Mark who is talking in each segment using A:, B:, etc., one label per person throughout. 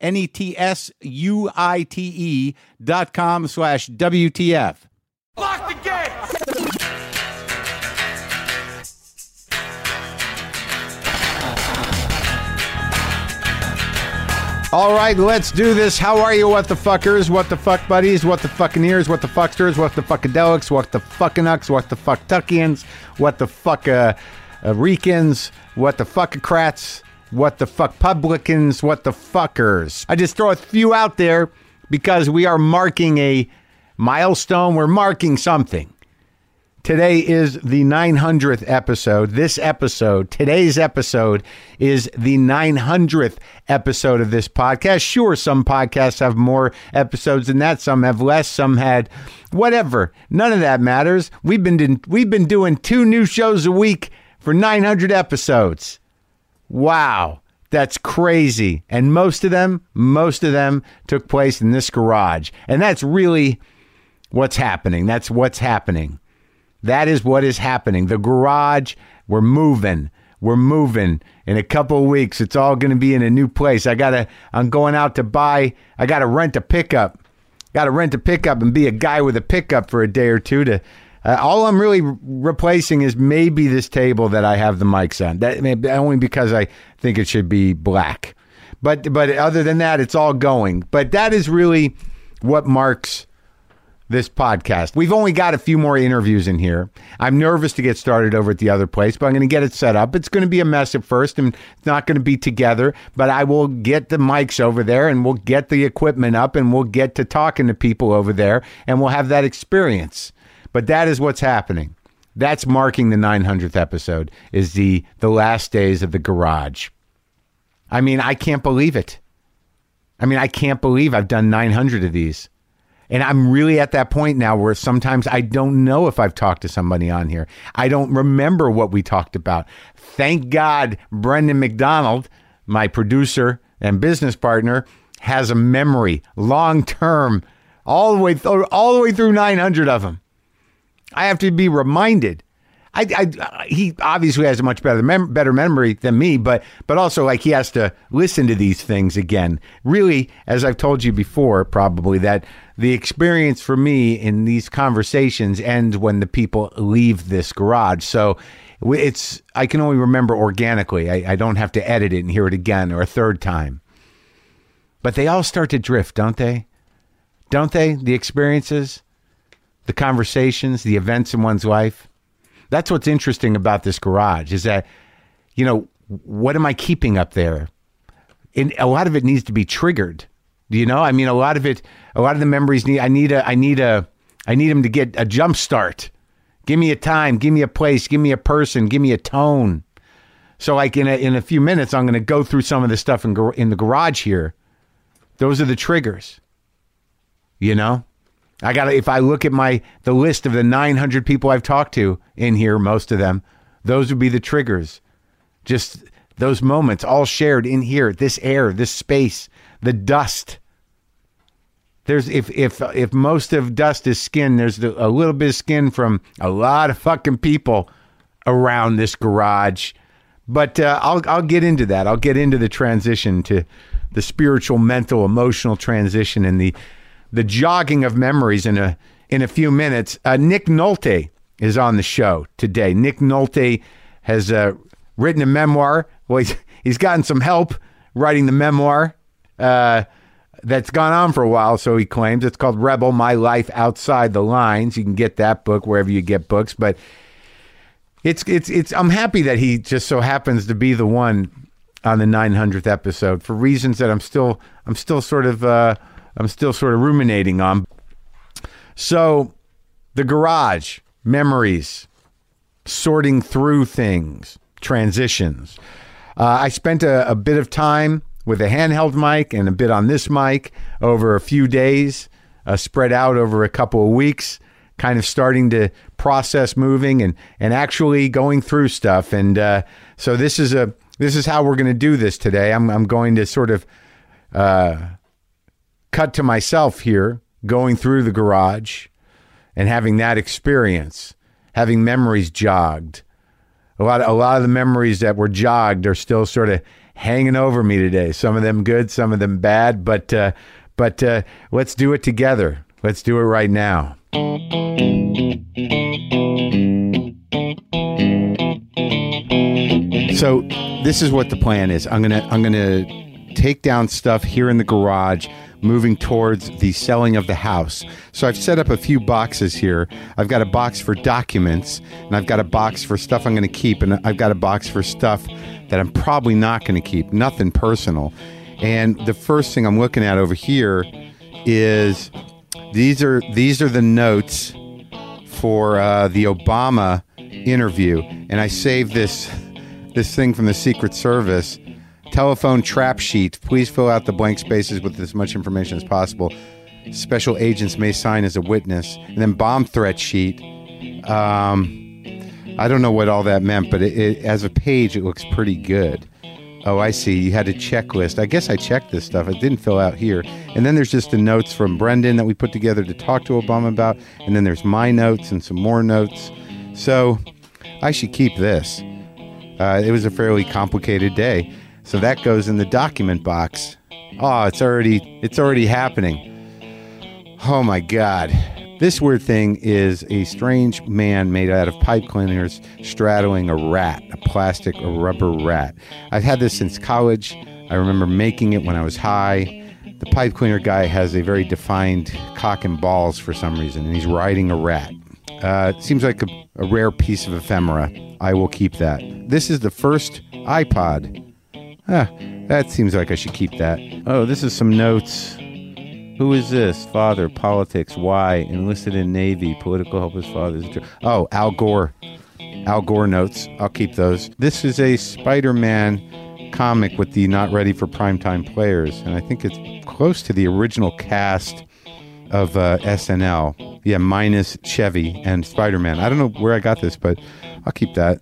A: N E T S U I T E dot com slash WTF.
B: Lock the gate!
A: All right, let's do this. How are you, what the fuckers, what the fuck buddies, what the fucking ears, what the fucksters, what the fuckadelics, what the fucking ucks, what the fuck tuckians, what the fuck uh, uh, Ricans, what the fuckocrats, what the fuck publicans, what the fuckers. I just throw a few out there because we are marking a milestone. We're marking something. Today is the 900th episode. This episode, today's episode, is the 900th episode of this podcast. Sure, some podcasts have more episodes than that. Some have less. Some had whatever. None of that matters. We've been din- we've been doing two new shows a week for 900 episodes. Wow, that's crazy. And most of them, most of them took place in this garage. And that's really what's happening. That's what's happening. That is what is happening. The garage, we're moving. We're moving in a couple of weeks. It's all going to be in a new place. I got to I'm going out to buy I got to rent a pickup. Got to rent a pickup and be a guy with a pickup for a day or two to uh, all I'm really re- replacing is maybe this table that I have the mics on. That may only because I think it should be black. But but other than that, it's all going. But that is really what marks this podcast. We've only got a few more interviews in here. I'm nervous to get started over at the other place, but I'm going to get it set up. It's going to be a mess at first and it's not going to be together, but I will get the mics over there and we'll get the equipment up and we'll get to talking to people over there and we'll have that experience. But that is what's happening. That's marking the 900th episode is the the last days of the garage. I mean, I can't believe it. I mean, I can't believe I've done 900 of these. And I'm really at that point now where sometimes I don't know if I've talked to somebody on here. I don't remember what we talked about. Thank God Brendan McDonald, my producer and business partner, has a memory long term, all the way through, all the way through 900 of them. I have to be reminded. I, I he obviously has a much better mem- better memory than me, but but also like he has to listen to these things again. Really, as I've told you before, probably that the experience for me in these conversations ends when the people leave this garage. So w- it's I can only remember organically. I, I don't have to edit it and hear it again or a third time. But they all start to drift, don't they? Don't they? The experiences the conversations, the events in one's life. That's what's interesting about this garage is that, you know, what am I keeping up there? And a lot of it needs to be triggered. Do You know, I mean, a lot of it, a lot of the memories need. I need a, I need a, I need them to get a jump start. Give me a time. Give me a place. Give me a person. Give me a tone. So, like in a in a few minutes, I'm going to go through some of the stuff in gar- in the garage here. Those are the triggers. You know. I got to if I look at my the list of the 900 people I've talked to in here, most of them, those would be the triggers. Just those moments all shared in here, this air, this space, the dust. There's if if if most of dust is skin, there's the, a little bit of skin from a lot of fucking people around this garage. But uh, I'll I'll get into that. I'll get into the transition to the spiritual, mental, emotional transition and the the jogging of memories in a in a few minutes. Uh, Nick Nolte is on the show today. Nick Nolte has uh, written a memoir. Well, he's, he's gotten some help writing the memoir. Uh, that's gone on for a while, so he claims. It's called Rebel My Life Outside the Lines. You can get that book wherever you get books, but it's it's it's I'm happy that he just so happens to be the one on the 900th episode for reasons that I'm still I'm still sort of uh I'm still sort of ruminating on. So, the garage, memories, sorting through things, transitions. Uh, I spent a, a bit of time with a handheld mic and a bit on this mic over a few days, uh, spread out over a couple of weeks, kind of starting to process moving and, and actually going through stuff. And uh, so this is a this is how we're going to do this today. I'm, I'm going to sort of uh, cut to myself here going through the garage and having that experience, having memories jogged. A lot, a lot of the memories that were jogged are still sort of hanging over me today. Some of them good, some of them bad, but uh, but uh, let's do it together. Let's do it right now. So this is what the plan is. I'm gonna I'm gonna take down stuff here in the garage, moving towards the selling of the house. So I've set up a few boxes here. I've got a box for documents, and I've got a box for stuff I'm gonna keep, and I've got a box for stuff that I'm probably not gonna keep. Nothing personal. And the first thing I'm looking at over here is these are these are the notes for uh, the Obama interview, and I saved this this thing from the Secret Service telephone trap sheet. Please fill out the blank spaces with as much information as possible. Special agents may sign as a witness, and then bomb threat sheet. Um, I don't know what all that meant, but it, it, as a page, it looks pretty good. Oh, I see. You had a checklist. I guess I checked this stuff. It didn't fill out here. And then there's just the notes from Brendan that we put together to talk to Obama about. And then there's my notes and some more notes. So I should keep this. Uh, it was a fairly complicated day, so that goes in the document box. Oh, it's already it's already happening. Oh my God, this weird thing is a strange man made out of pipe cleaners straddling a rat, a plastic or rubber rat. I've had this since college. I remember making it when I was high. The pipe cleaner guy has a very defined cock and balls for some reason, and he's riding a rat. Uh, it seems like a, a rare piece of ephemera. I will keep that. This is the first iPod. Ah, that seems like I should keep that. Oh, this is some notes. Who is this? Father, politics, why? Enlisted in Navy, political help his father's. dr- Oh, Al Gore. Al Gore notes. I'll keep those. This is a Spider Man comic with the Not Ready for Primetime Players, and I think it's close to the original cast of uh, SNL. Yeah, minus Chevy and Spider Man. I don't know where I got this, but I'll keep that.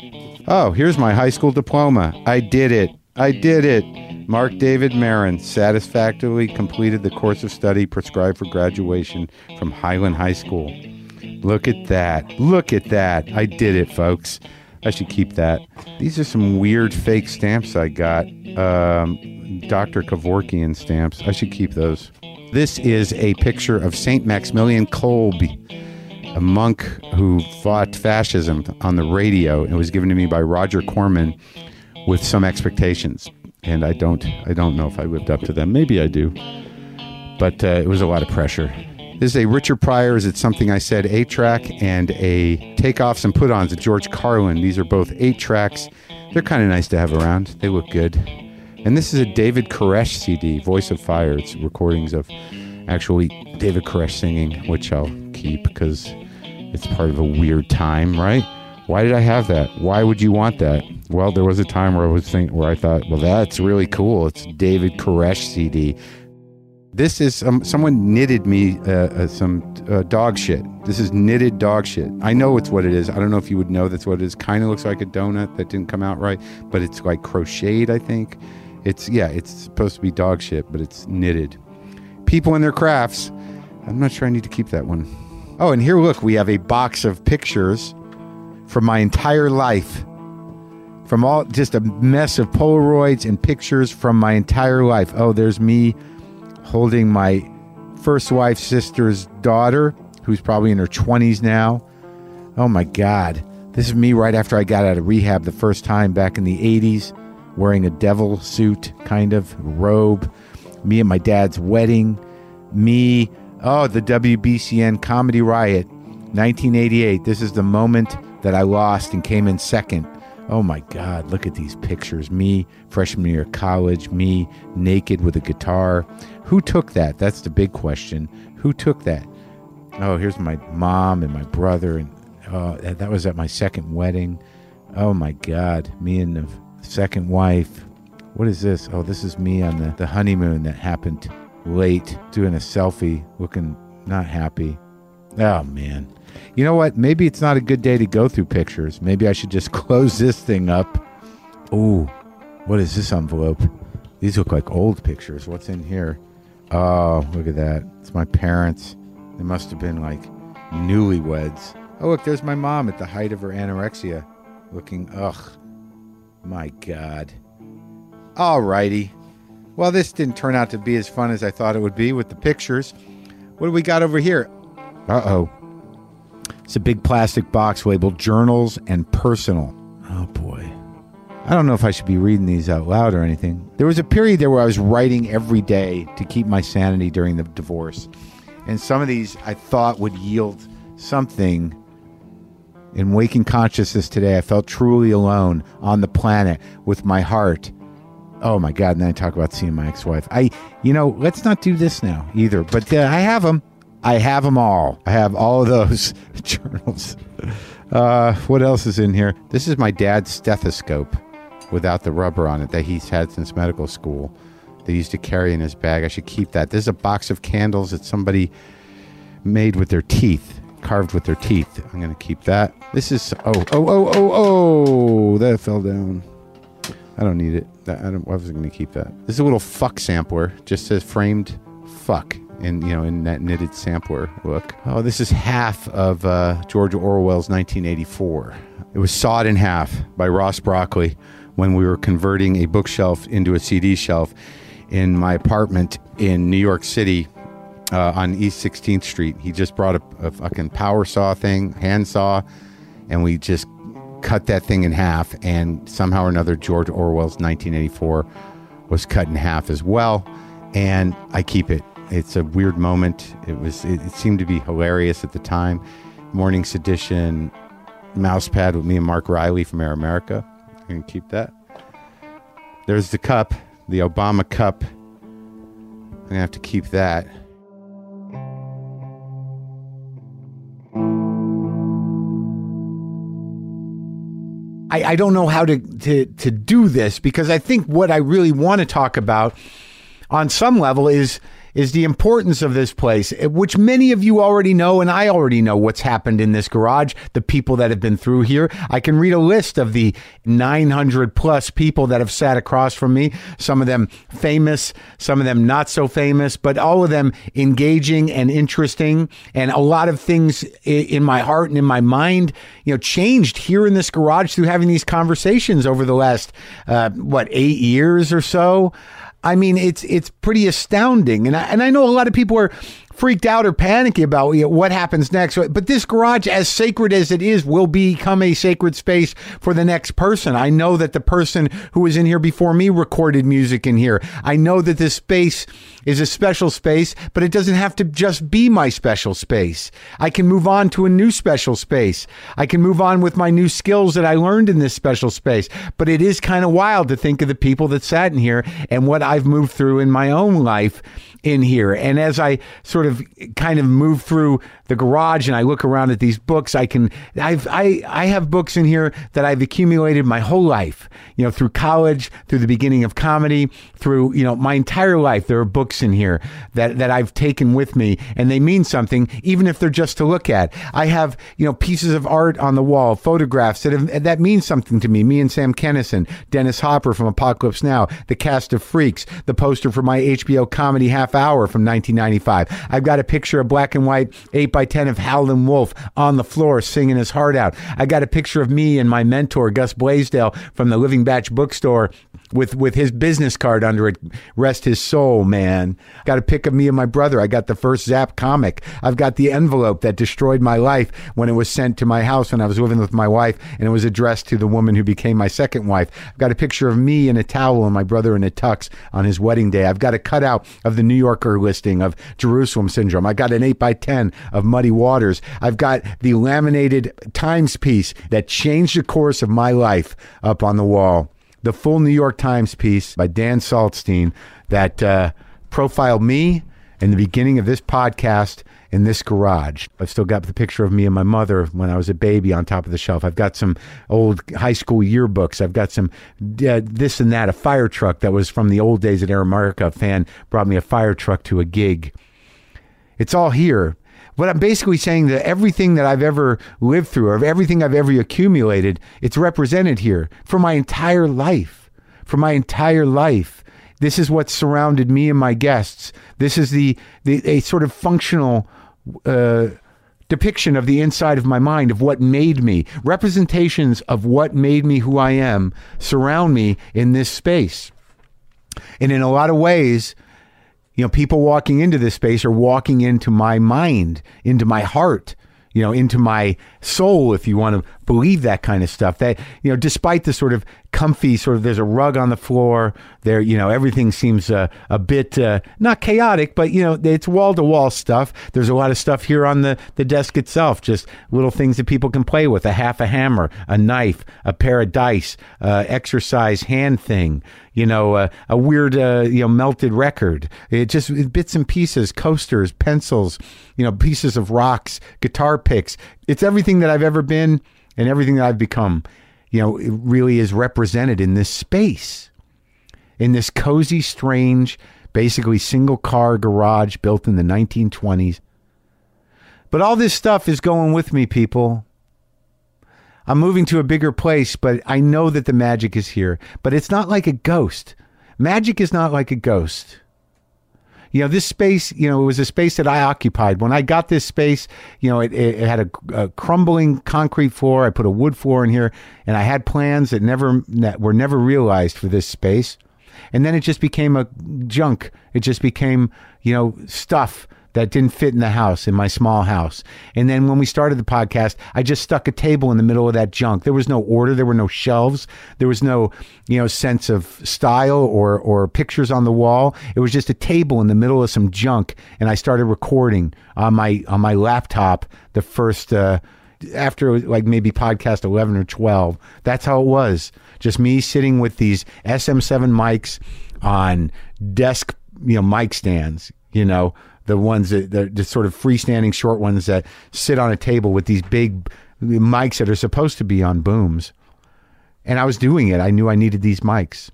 A: Oh, here's my high school diploma. I did it. I did it. Mark David Marin satisfactorily completed the course of study prescribed for graduation from Highland High School. Look at that. Look at that. I did it, folks. I should keep that. These are some weird fake stamps I got. Um, Dr. Kevorkian stamps. I should keep those. This is a picture of St. Maximilian Kolbe, a monk who fought fascism on the radio. It was given to me by Roger Corman with some expectations. And I don't, I don't know if I lived up to them. Maybe I do but uh, it was a lot of pressure. This is a Richard Pryor's It's Something I Said 8 track and a Takeoffs and Put Ons at George Carlin. These are both 8 tracks. They're kind of nice to have around, they look good. And this is a David Koresh CD, Voice of Fire. It's recordings of actually David Koresh singing, which I'll keep because it's part of a weird time, right? Why did I have that? Why would you want that? Well, there was a time where I was think where I thought, well, that's really cool. It's David Koresh CD. This is um, someone knitted me uh, uh, some uh, dog shit. This is knitted dog shit. I know it's what it is. I don't know if you would know that's what it is. Kind of looks like a donut that didn't come out right, but it's like crocheted. I think it's yeah. It's supposed to be dog shit, but it's knitted. People and their crafts. I'm not sure I need to keep that one. Oh, and here, look, we have a box of pictures from my entire life from all just a mess of Polaroids and pictures from my entire life. Oh, there's me holding my first wife's sister's daughter, who's probably in her 20s now. Oh my God. This is me right after I got out of rehab the first time back in the 80s, wearing a devil suit, kind of robe, me at my dad's wedding, me, oh, the WBCN Comedy Riot, 1988. This is the moment that I lost and came in second. Oh my God, look at these pictures. Me, freshman year of college, me naked with a guitar. Who took that? That's the big question. Who took that? Oh, here's my mom and my brother, and uh, that that was at my second wedding. Oh my God, me and the f- second wife. What is this? Oh, this is me on the, the honeymoon that happened late, doing a selfie, looking not happy. Oh man, you know what? Maybe it's not a good day to go through pictures. Maybe I should just close this thing up. Ooh, what is this envelope? These look like old pictures. What's in here? Oh, look at that. It's my parents. They must have been like newlyweds. Oh, look, there's my mom at the height of her anorexia. Looking, ugh. My God. Alrighty. Well, this didn't turn out to be as fun as I thought it would be with the pictures. What do we got over here? Uh oh. It's a big plastic box labeled journals and personal. Oh boy. I don't know if I should be reading these out loud or anything. There was a period there where I was writing every day to keep my sanity during the divorce. And some of these I thought would yield something. In waking consciousness today, I felt truly alone on the planet with my heart. Oh my God. And then I talk about seeing my ex wife. I, you know, let's not do this now either, but uh, I have them. I have them all. I have all of those journals. Uh, what else is in here? This is my dad's stethoscope without the rubber on it that he's had since medical school. That he used to carry in his bag. I should keep that. This is a box of candles that somebody made with their teeth, carved with their teeth. I'm going to keep that. This is oh oh oh oh oh that fell down. I don't need it. That, I, don't, I was going to keep that. This is a little fuck sampler. Just says framed fuck in you know in that knitted sampler look. Oh, this is half of uh, George Orwell's 1984. It was sawed in half by Ross Broccoli when we were converting a bookshelf into a CD shelf in my apartment in New York City uh, on East 16th Street. He just brought a, a fucking power saw thing, hand saw, and we just cut that thing in half. And somehow or another, George Orwell's 1984 was cut in half as well. And I keep it. It's a weird moment. It was. It, it seemed to be hilarious at the time. Morning Sedition, Mousepad with me and Mark Riley from Air America. I'm gonna keep that. There's the cup, the Obama cup. I'm gonna have to keep that. I, I don't know how to, to to do this because I think what I really want to talk about on some level is is the importance of this place, eh, which many of you already know, and I already know what's happened in this garage, the people that have been through here. I can read a list of the 900 plus people that have sat across from me, some of them famous, some of them not so famous, but all of them engaging and interesting. And a lot of things i- in my heart and in my mind, you know, changed here in this garage through having these conversations over the last, uh, what, eight years or so. I mean, it's it's pretty astounding, and I, and I know a lot of people are freaked out or panicky about you know, what happens next. But this garage, as sacred as it is, will become a sacred space for the next person. I know that the person who was in here before me recorded music in here. I know that this space is a special space, but it doesn't have to just be my special space. I can move on to a new special space. I can move on with my new skills that I learned in this special space. But it is kind of wild to think of the people that sat in here and what I've moved through in my own life in here. And as I sort of kind of move through the garage and I look around at these books, I can I've I, I have books in here that I've accumulated my whole life, you know, through college, through the beginning of comedy, through, you know, my entire life. There are books in here that, that I've taken with me and they mean something, even if they're just to look at. I have, you know, pieces of art on the wall, photographs that have that mean something to me. Me and Sam Kennison, Dennis Hopper from Apocalypse Now, the cast of Freaks, the poster for my HBO comedy half hour from 1995. I I've got a picture of black and white 8 by 10 of Howlin' Wolf on the floor singing his heart out. I got a picture of me and my mentor, Gus Blaisdell, from the Living Batch bookstore with, with his business card under it. Rest his soul, man. Got a pic of me and my brother. I got the first Zap comic. I've got the envelope that destroyed my life when it was sent to my house when I was living with my wife and it was addressed to the woman who became my second wife. I've got a picture of me in a towel and my brother in a tux on his wedding day. I've got a cutout of the New Yorker listing of Jerusalem Syndrome. I got an 8 by 10 of Muddy Waters. I've got the laminated Times piece that changed the course of my life up on the wall. The full New York Times piece by Dan Saltstein that uh, profiled me in the beginning of this podcast in this garage. I've still got the picture of me and my mother when I was a baby on top of the shelf. I've got some old high school yearbooks. I've got some uh, this and that, a fire truck that was from the old days at Aramarka. A fan brought me a fire truck to a gig. It's all here. But I'm basically saying that everything that I've ever lived through, or everything I've ever accumulated, it's represented here for my entire life. For my entire life, this is what surrounded me and my guests. This is the, the a sort of functional uh, depiction of the inside of my mind, of what made me. Representations of what made me who I am surround me in this space. And in a lot of ways, you know, people walking into this space are walking into my mind, into my heart, you know, into my soul, if you want to believe that kind of stuff. That, you know, despite the sort of comfy, sort of there's a rug on the floor, there, you know, everything seems uh, a bit uh, not chaotic, but, you know, it's wall to wall stuff. There's a lot of stuff here on the, the desk itself, just little things that people can play with a half a hammer, a knife, a pair of dice, uh, exercise hand thing, you know, uh, a weird, uh, you know, melted record. It just it bits and pieces, coasters, pencils, you know, pieces of rocks, guitar picks. It's everything that I've ever been and everything that I've become, you know, it really is represented in this space, in this cozy, strange, basically single car garage built in the 1920s. But all this stuff is going with me, people. I'm moving to a bigger place, but I know that the magic is here. But it's not like a ghost. Magic is not like a ghost. You know, this space, you know, it was a space that I occupied. When I got this space, you know, it, it, it had a, a crumbling concrete floor. I put a wood floor in here, and I had plans that never that were never realized for this space. And then it just became a junk. It just became, you know, stuff that didn't fit in the house, in my small house. And then when we started the podcast, I just stuck a table in the middle of that junk. There was no order, there were no shelves, there was no, you know, sense of style or or pictures on the wall. It was just a table in the middle of some junk, and I started recording on my on my laptop the first. Uh, after like maybe podcast 11 or 12 that's how it was just me sitting with these sm7 mics on desk you know mic stands you know the ones that the, the sort of freestanding short ones that sit on a table with these big mics that are supposed to be on booms. And I was doing it. I knew I needed these mics.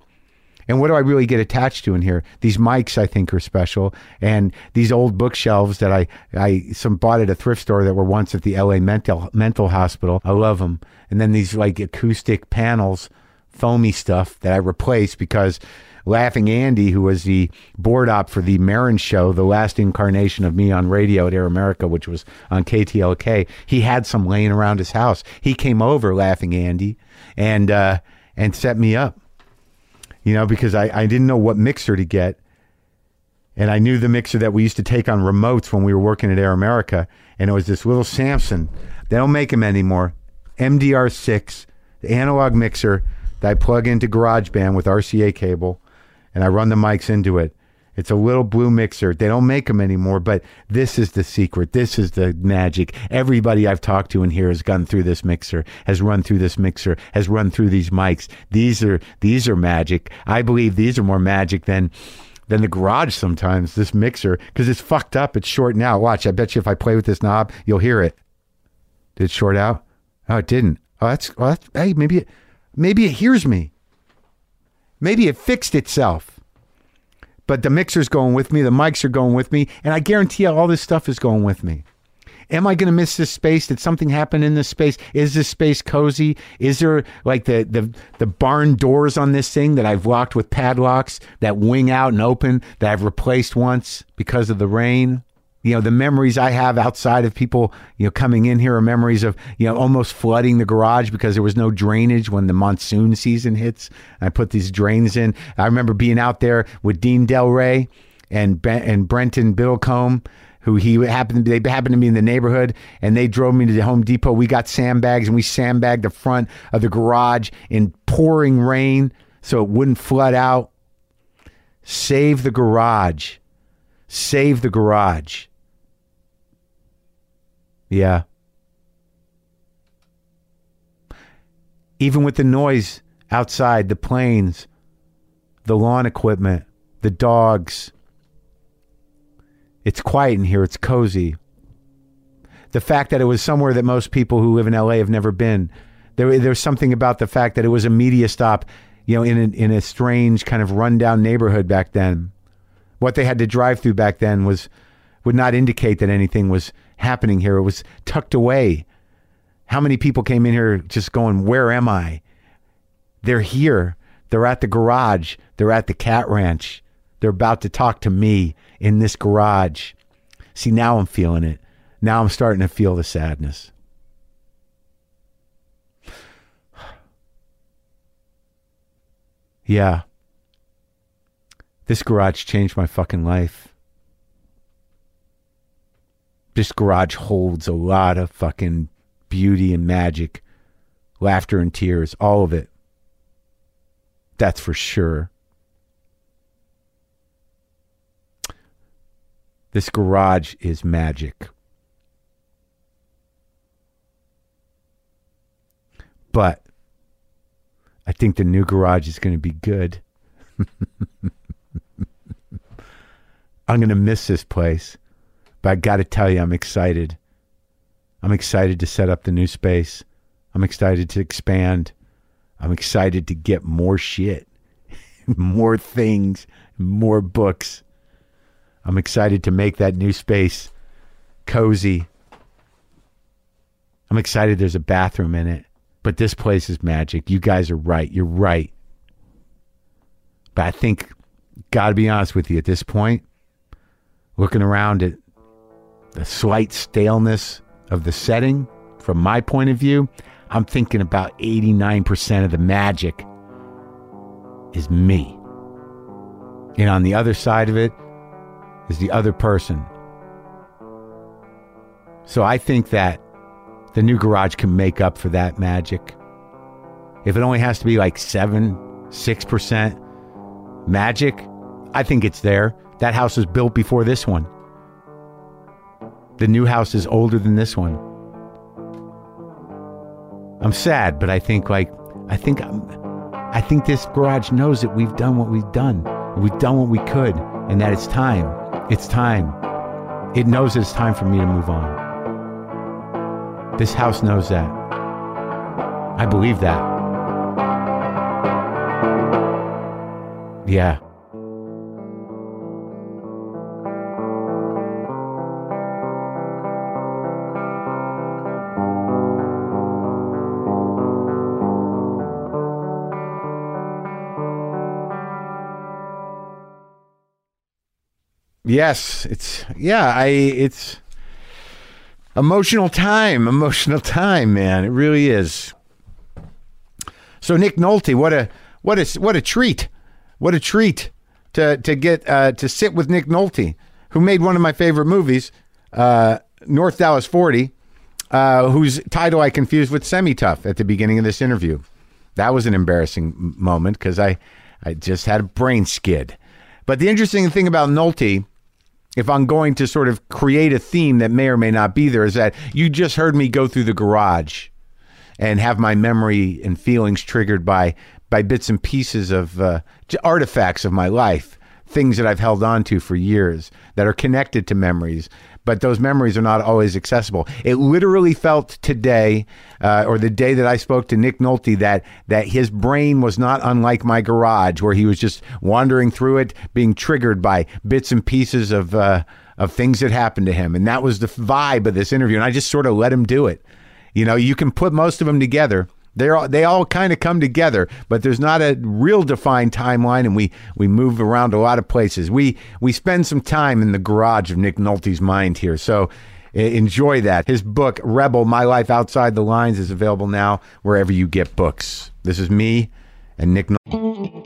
A: And what do I really get attached to in here? These mics I think are special, and these old bookshelves that I I some bought at a thrift store that were once at the L.A. mental mental hospital. I love them. And then these like acoustic panels, foamy stuff that I replaced because Laughing Andy, who was the board op for the Marin show, the last incarnation of me on radio at Air America, which was on KTLK, he had some laying around his house. He came over, Laughing Andy, and uh, and set me up. You know, because I, I didn't know what mixer to get. And I knew the mixer that we used to take on remotes when we were working at Air America. And it was this little Samson. They don't make them anymore. MDR6, the analog mixer that I plug into GarageBand with RCA cable and I run the mics into it. It's a little blue mixer. They don't make them anymore, but this is the secret. This is the magic. Everybody I've talked to in here has gone through this mixer, has run through this mixer, has run through these mics. These are these are magic. I believe these are more magic than than the garage sometimes, this mixer, because it's fucked up. It's shorting out. Watch, I bet you if I play with this knob, you'll hear it. Did it short out? Oh, it didn't. Oh, that's, well, that's hey, maybe it, maybe it hears me. Maybe it fixed itself. But the mixer's going with me, the mics are going with me, and I guarantee you all this stuff is going with me. Am I going to miss this space? Did something happen in this space? Is this space cozy? Is there like the, the the barn doors on this thing that I've locked with padlocks that wing out and open that I've replaced once because of the rain? you know, the memories I have outside of people, you know, coming in here are memories of, you know, almost flooding the garage because there was no drainage when the monsoon season hits. I put these drains in. I remember being out there with Dean Del Rey and ben- and Brenton Biddlecombe, who he happened they happened to be in the neighborhood, and they drove me to the Home Depot. We got sandbags and we sandbagged the front of the garage in pouring rain so it wouldn't flood out. Save the garage. Save the garage. Yeah. Even with the noise outside, the planes, the lawn equipment, the dogs, it's quiet in here. It's cozy. The fact that it was somewhere that most people who live in LA have never been. There, there's something about the fact that it was a media stop, you know, in a, in a strange kind of rundown neighborhood back then. What they had to drive through back then was would not indicate that anything was happening here. It was tucked away. How many people came in here just going, "Where am I?" They're here. They're at the garage. They're at the cat ranch. They're about to talk to me in this garage. See, now I'm feeling it. Now I'm starting to feel the sadness. Yeah. This garage changed my fucking life. This garage holds a lot of fucking beauty and magic, laughter and tears, all of it. That's for sure. This garage is magic. But I think the new garage is going to be good. I'm going to miss this place. But I got to tell you, I'm excited. I'm excited to set up the new space. I'm excited to expand. I'm excited to get more shit, more things, more books. I'm excited to make that new space cozy. I'm excited there's a bathroom in it, but this place is magic. You guys are right. You're right. But I think, got to be honest with you, at this point, looking around at the slight staleness of the setting from my point of view, I'm thinking about 89% of the magic is me. And on the other side of it is the other person. So I think that the new garage can make up for that magic. If it only has to be like 7, 6% magic, I think it's there. That house was built before this one. The new house is older than this one. I'm sad, but I think like I think I'm, I think this garage knows that we've done what we've done. We've done what we could, and that it's time. It's time. It knows that it's time for me to move on. This house knows that. I believe that. Yeah. Yes, it's yeah, I it's emotional time, emotional time, man. It really is. So Nick Nolte, what a what a what a treat. What a treat to to get uh, to sit with Nick Nolte, who made one of my favorite movies, uh, North Dallas 40, uh, whose title I confused with Semi Tough at the beginning of this interview. That was an embarrassing m- moment because I, I just had a brain skid. But the interesting thing about Nolte, if I'm going to sort of create a theme that may or may not be there, is that you just heard me go through the garage and have my memory and feelings triggered by by bits and pieces of uh, j- artifacts of my life, things that I've held on to for years that are connected to memories. But those memories are not always accessible. It literally felt today, uh, or the day that I spoke to Nick Nolte, that that his brain was not unlike my garage, where he was just wandering through it, being triggered by bits and pieces of uh, of things that happened to him, and that was the vibe of this interview. And I just sort of let him do it. You know, you can put most of them together. They're all, they all kind of come together, but there's not a real defined timeline, and we we move around a lot of places. We we spend some time in the garage of Nick Nolte's mind here, so e- enjoy that. His book Rebel: My Life Outside the Lines is available now wherever you get books. This is me and Nick. Nolte.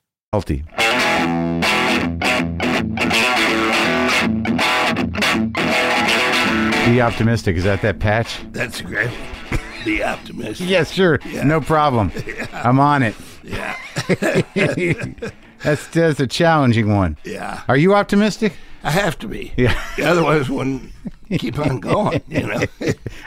A: Healthy. Be optimistic. Is that that patch?
C: That's a great. Be optimistic.
A: Yes, sure. No problem. I'm on it.
C: Yeah.
A: That's, that's a challenging one.
C: Yeah.
A: Are you optimistic?
C: I have to be.
A: Yeah.
C: Otherwise, wouldn't keep on going. You know.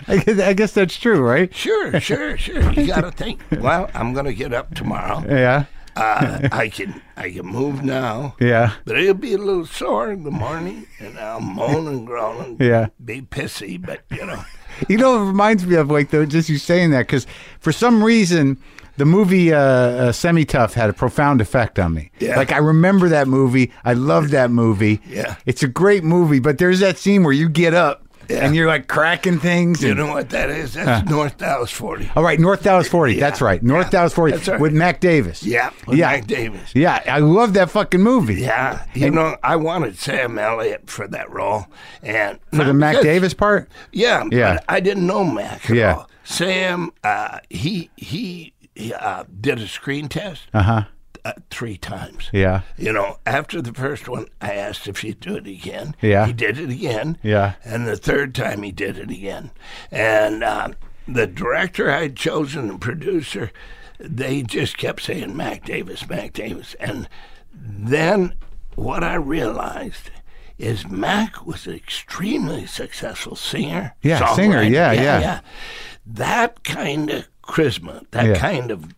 A: I guess, I guess that's true, right?
C: sure, sure, sure. You got to think. Well, I'm going to get up tomorrow.
A: Yeah.
C: Uh, I can I can move now,
A: Yeah.
C: but it'll be a little sore in the morning, and I'll moan and groan and
A: Yeah.
C: be pissy. But you know,
A: You know, it reminds me of like the, just you saying that because for some reason the movie uh, uh, Semi Tough had a profound effect on me.
C: Yeah.
A: Like I remember that movie. I love that movie.
C: Yeah.
A: It's a great movie, but there's that scene where you get up
C: Yeah.
A: and you're like cracking things.
C: you
A: and-
C: know what that is?
A: Uh.
C: That's North Dallas Forty.
A: all right, North Dallas 40. That's right. North Dallas 40
C: That's right.
A: with Mac Davis.
C: Yeah. with
A: Yeah.
C: Mike Davis.
A: Yeah. I love that fucking movie.
C: Yeah, you know, I wanted Sam Elliott for that role, and
A: For the Mac Davis part?
C: Yeah,
A: Yeah.
C: But I didn't know Mac. At
A: Yeah.
C: all. Sam, uh, he he he, uh, did a screen test
A: Uh huh.
C: uh, three times.
A: Yeah.
C: You know, after the first one, I asked if he'd do it again.
A: Yeah.
C: He did it again.
A: Yeah.
C: And the third time, he did it again. And uh, the director I'd chosen and producer, they just kept saying Mac Davis, Mac Davis. And then what I realized is Mac was an extremely successful singer.
A: Yeah, singer,
C: songwriter.
A: yeah, yeah.
C: yeah. That kind of charisma, that
A: Yeah.
C: kind of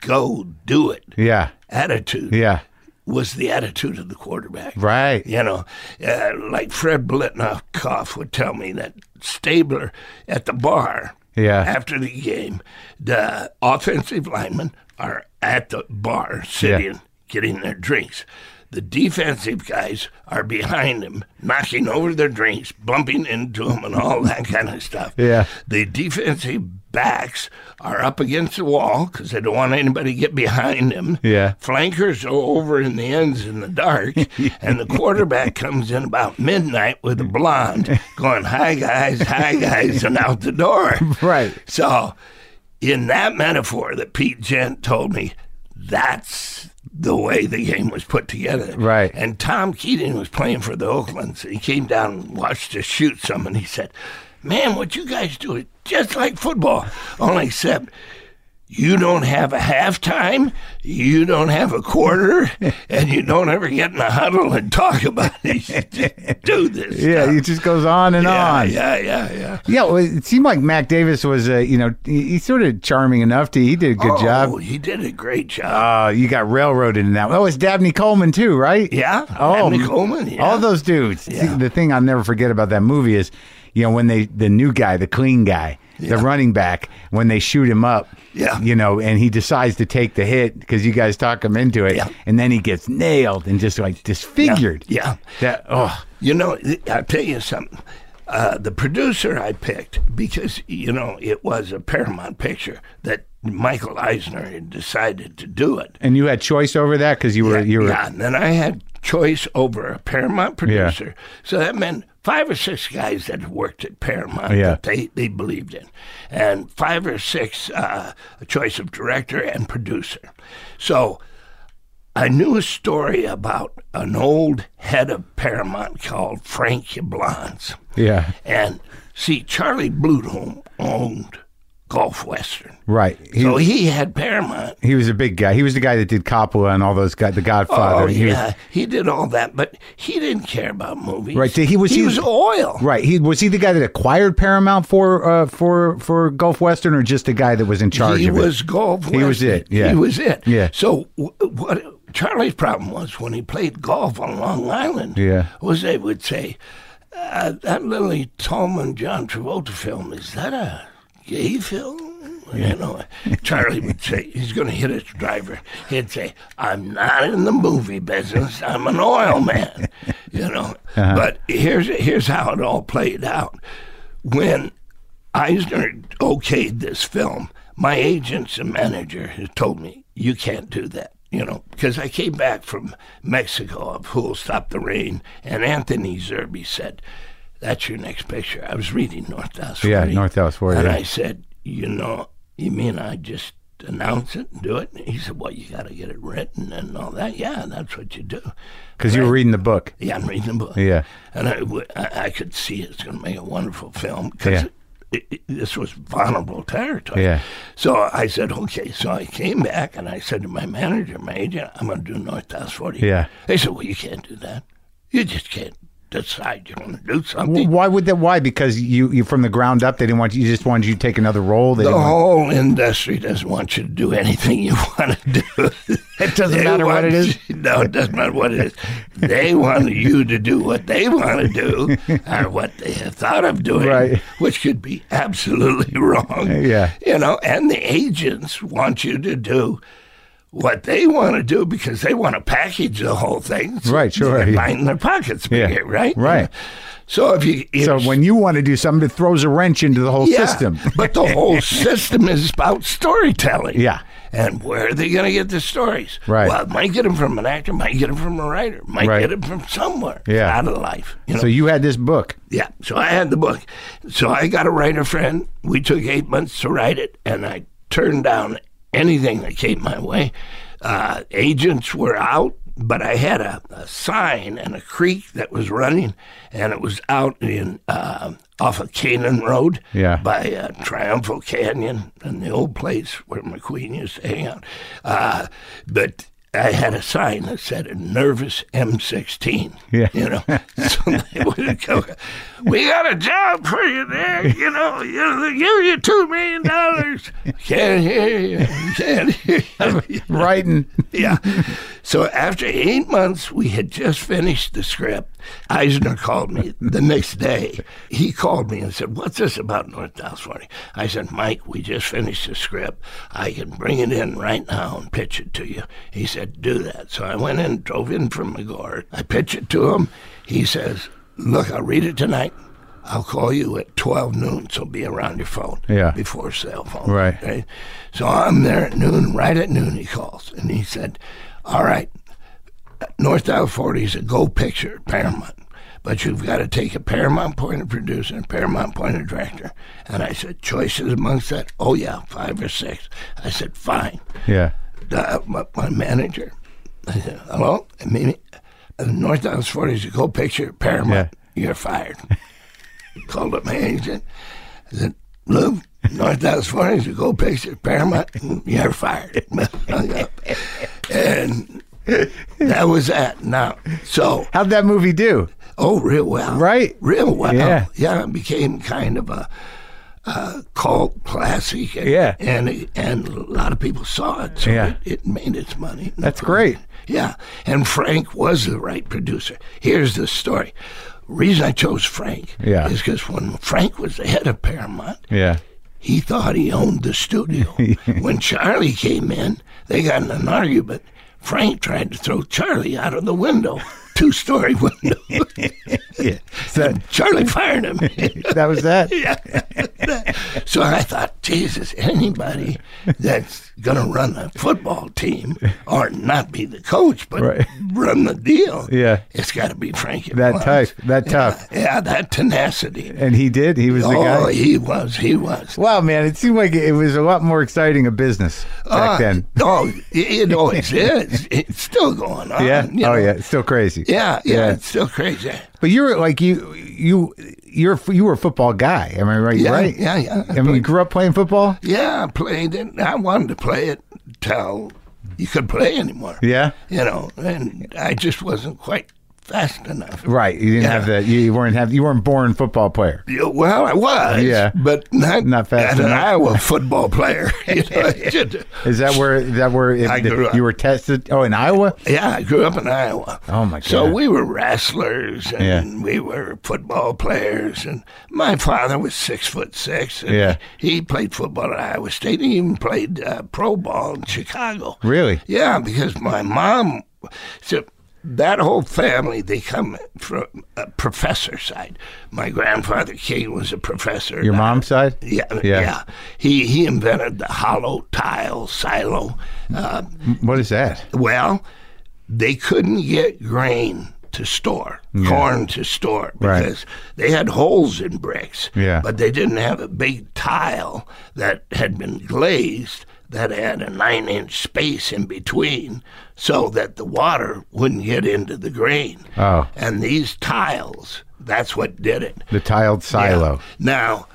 C: go do it
A: Yeah.
C: attitude
A: Yeah.
C: was the attitude of the quarterback.
A: Right.
C: You know, uh, like Fred Blitnikoff would tell me that Stabler at the bar
A: Yeah.
C: after the game, the offensive linemen are at the bar sitting, getting their drinks. The defensive guys are behind them, knocking over their drinks, bumping into them, and all that kind of stuff.
A: Yeah.
C: The defensive backs are up against the wall because they don't want anybody to get behind them.
A: Yeah.
C: Flankers are over in the ends in the dark, and the quarterback comes in about midnight with a blonde going, Hi, guys, hi, guys, and out the door.
A: Right.
C: So, in that metaphor that Pete Gent told me, that's the way the game was put together.
A: Right.
C: And Tom Keating was playing for the Oaklands. He came down and watched us shoot some, and he said, Man, what you guys do is just like football, only except you don't have a halftime, you don't have a quarter, and you don't ever get in a huddle and talk about it. You just do this.
A: Yeah.
C: stuff.
A: It just goes on and
C: yeah,
A: on.
C: yeah, yeah, yeah.
A: Yeah, well, it seemed like Mac Davis was, uh, you know, he, he's sort of charming enough to. He did a good
C: oh,
A: job.
C: He did a great job.
A: Uh, you got railroaded in that. one. Oh, it's Dabney Coleman too, right?
C: Yeah.
A: Oh,
C: Andy Coleman. Yeah.
A: All those dudes. See,
C: Yeah.
A: the thing I'll never forget about that movie is, you know, when they the new guy, the clean guy, the running back, when they shoot him up.
C: Yeah.
A: You know, and he decides to take the hit because you guys talk him into it,
C: Yeah.
A: and then he gets nailed and just like disfigured.
C: Yeah.
A: That oh
C: You know, I'll tell you something. Uh, the producer I picked because you know it was a Paramount picture that Michael Eisner had decided to do it.
A: and you had choice over that because you were you were
C: yeah, and then I had choice over a Paramount producer, so that meant five or six guys that worked at Paramount
A: Yeah.
C: that they, they believed in, and five or six uh, a choice of director and producer. So I knew a story about an old head of Paramount called Frank Yablans.
A: Yeah.
C: And see, Charlie Bludholm owned Gulf Western.
A: Right. He,
C: so he had Paramount.
A: he was a big guy. He was the guy that did Coppola and all those guys, The Godfather.
C: Oh
A: He was-
C: yeah, he did all that, but he didn't care about movies.
A: Right, he was-
C: he,
A: he-
C: was oil.
A: Right. He was he the guy that acquired Paramount for uh, for for Gulf Western, or just the guy that was in charge
C: He
A: of it?
C: was golf.
A: He was
C: Western.
A: it, yeah.
C: he was it.
A: Yeah.
C: So w- what Charlie's problem was when he played golf on Long Island.
A: Yeah.
C: Was they would say, uh, "That Lily Tomlin John Travolta film is that a gay film?" You know, Charlie would say he's going to hit his driver. He'd say, "I'm not in the movie business. I'm an oil man." You know,
A: Uh-huh.
C: but here's here's how it all played out. When Eisner okayed this film. My agents and manager had told me, you can't do that, you know, because I came back from Mexico of Who'll Stop the Rain, and Anthony Zerbe said, that's your next picture. I was reading North Dallas
A: Yeah,
C: Forty,
A: North Dallas Forty,
C: And
A: yeah.
C: I said, you know, you mean I just announce it and do it? And he said, well, you got to get it written and all that. Yeah, that's what you do.
A: Because you were reading the book.
C: Yeah, I'm reading the book.
A: Yeah.
C: And I, w- I- I could see it's going to make a wonderful film because
A: Yeah.
C: it, it, this was vulnerable territory.
A: Yeah.
C: So I said, okay. So I came back and I said to my manager, my agent, I'm going to do North Dallas 40.
A: Yeah.
C: They said, well, you can't do that. You just can't decide you want to do
A: Well,
C: something.
A: why would that? Why? Because you, you from the ground up, they didn't want you. you Just wanted you to take another role. They
C: the
A: didn't want-
C: whole industry doesn't want you to do anything you want to do.
A: It doesn't
C: They
A: matter what
C: want
A: it is?
C: you- no, it doesn't matter what it is. They want you to do what they want to do or what they have thought of doing,
A: Right. Uh,
C: which could be absolutely wrong.
A: Yeah.
C: You know, and the agents want you to do what they want to do because they want to package the whole thing. so
A: Right, sure,
C: They're
A: yeah.
C: lining their pockets
A: Yeah,
C: bigger, right?
A: right.
C: So if you if
A: so when you want to do something, it throws a wrench into the whole system.
C: but the whole system is about storytelling.
A: Yeah.
C: And where are they going to get the stories?
A: Right.
C: Well, might get them from an actor, might get them from a writer, might
A: Right.
C: get them from somewhere
A: Yeah.
C: out of life. You know?
A: So you had this book.
C: yeah. So I had the book. So I got a writer friend. We took eight months to write it, and I turned down anything that came my way. Uh, agents were out, but I had a, a sign and a creek that was running, and it was out in uh, off of Canaan Road
A: Yeah.
C: by uh, Triumphal Canyon and the old place where McQueen used to hang out. Uh, but I had a sign that said a nervous M16.
A: Yeah.
C: You know, so they would go, we got a job for you there. You know, you know, they give you $2 million. dollars." Can't hear you. Can't hear you.
A: Writing.
C: yeah. So after eight months, we had just finished the script. Eisner called me the next day. He called me and said, What's this about North Dallas 40? I said, Mike, we just finished the script. I can bring it in right now and pitch it to you. He said, Do that. So I went in, drove in from McGuire. I pitched it to him. He says, Look, I'll read it tonight. I'll call you at 12 noon, so be around your phone
A: Yeah.
C: before cell phone.
A: Right.
C: Okay? So I'm there at noon, right at noon, he calls. And he said, All right, North Dallas 40 is a go picture at Paramount, but you've got to take a Paramount appointed producer and Paramount appointed director. And I said, Choices amongst that? Oh, yeah, five or six. I said, Fine.
A: Yeah.
C: Uh, my, my manager, I said, Hello? I mean, uh, North Dallas 40 is a go picture at Paramount. You're fired. Called up my agent. I said, Lou, North Dallas 40 is a go picture at Paramount. You're fired. Hung up. And that was that. Now, so,
A: How'd that movie do?
C: oh, real well.
A: Right.
C: Real well.
A: Yeah.
C: Yeah, it became kind of a. Uh, cult classic, and,
A: Yeah.
C: and it- and a lot of people saw it, so
A: Yeah.
C: it, it made its money.
A: That's great.
C: Yeah, and Frank was the right producer. Here's the story. Reason I chose Frank
A: Yeah.
C: is because when Frank was the head of Paramount,
A: Yeah.
C: he thought he owned the studio. when Charlie came in, they got in an argument. Frank tried to throw Charlie out of the window, two story window.
A: Yeah. So
C: Charlie fired him.
A: that was that.
C: so I thought, Jesus, anybody that's going to run the football team or not be the coach, but
A: Right.
C: run the deal,
A: Yeah.
C: it's got to be Frankie.
A: That
C: Blunt.
A: type, that tough.
C: Yeah, that tenacity.
A: And he did. He was the
C: Oh,
A: guy.
C: he was. He was.
A: Wow, man, it seemed like it was a lot more exciting a business back
C: Uh,
A: then.
C: Oh, it it always is. It's still going on.
A: Yeah.
C: uh, you
A: oh
C: know.
A: yeah, it's still crazy.
C: Yeah, yeah,
A: Yeah.
C: it's still crazy.
A: But you're like you you you're you were a football guy. Am I right?
C: Yeah,
A: right?
C: yeah, yeah.
A: I mean, you grew up playing football.
C: Yeah, I played it. I wanted to play it till you could play anymore.
A: Yeah.
C: You know, and I just wasn't quite fast enough.
A: Right. You didn't
C: Yeah.
A: have the you weren't have you weren't born football player.
C: Yeah, Well, I was,
A: Yeah.
C: but not,
A: Not fast
C: not an
A: enough.
C: Iowa football player. You know, I just-
A: Is that where is that where if
C: I grew up.
A: you were tested? Oh, in Iowa.
C: yeah, I grew up in Iowa.
A: Oh, my
C: So
A: God.
C: we were wrestlers and
A: Yeah.
C: we were football players. And my father was six foot six. And
A: Yeah.
C: he played football at Iowa State. He even played uh, pro ball in Chicago.
A: Really?
C: Yeah, because my mom, so that whole family, they come from a professor side. My grandfather King was a professor.
A: Your mom's side?
C: Yeah,
A: Yeah.
C: yeah, He he invented the hollow tile silo. Uh,
A: What is that?
C: well, they couldn't get grain to store, corn to store,
A: Right.
C: because they had holes in bricks.
A: Yeah.
C: But they didn't have a big tile that had been glazed that had a nine inch space in between so that the water wouldn't get into the grain.
A: Oh.
C: And these tiles, that's what did it.
A: The tiled silo.
C: Yeah. Now,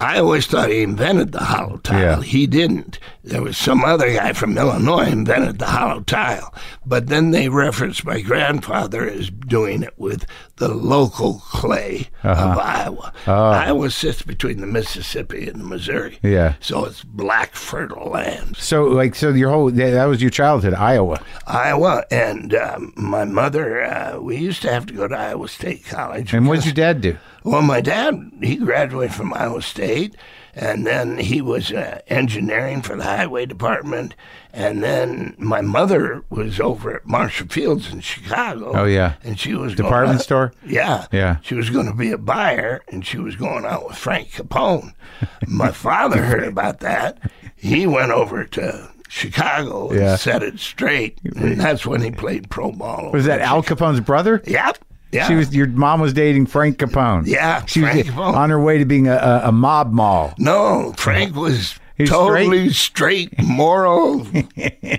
C: I always thought he invented the hollow tile.
A: Yeah.
C: He didn't. There was some other guy from Illinois invented the hollow tile. But then they referenced my grandfather as doing it with the local clay
A: Uh-huh.
C: of Iowa.
A: Oh.
C: Iowa sits between the Mississippi and the Missouri.
A: Yeah.
C: So it's black fertile land.
A: So like so your whole that that was your childhood, Iowa.
C: Iowa and um, my mother, uh, we used to have to go to Iowa State College.
A: And what did your dad do?
C: Well, my dad, he graduated from Iowa State, and then he was uh, engineering for the highway department. And then my mother was over at Marshall Fields in Chicago.
A: Oh, yeah.
C: And she was gonna-
A: Department store.
C: Yeah.
A: Yeah.
C: She was going to be a buyer, and she was going out with Frank Capone. My father heard about that. He went over to Chicago and
A: Yeah.
C: set it straight. And that's when he played pro ball.
A: Was that Al Capone's brother?
C: Yep. Yeah.
A: She was your mom was dating Frank Capone.
C: Yeah,
A: she was
C: Frank Capone.
A: on her way to being a, a, a mob mall.
C: No, Frank was
A: He's
C: totally straight, moral,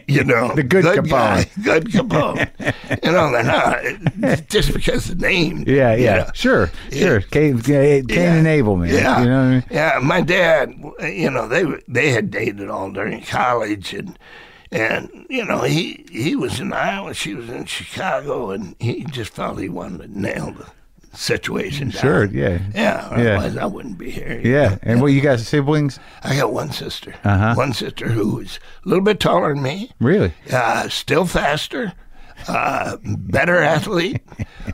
C: you know.
A: The good Capone.
C: Guy, good Capone. you know, they're not, just because the name.
A: Yeah,
C: you
A: yeah,
C: know.
A: sure, sure. Cain, Cain
C: Yeah.
A: and Abel, man.
C: Yeah,
A: you know what I mean?
C: yeah. My dad, you know, they were- they had dated all during college, and and you know he he was in Iowa, she was in Chicago, and he just felt he wanted to nail the situation. down.
A: Sure, yeah.
C: yeah.
A: Yeah.
C: Otherwise, I wouldn't be here.
A: Yeah, and well, you got siblings,
C: I got one sister.
A: Uh-huh.
C: One sister who was a little bit taller than me,
A: really?
C: uh, still faster, uh, better athlete,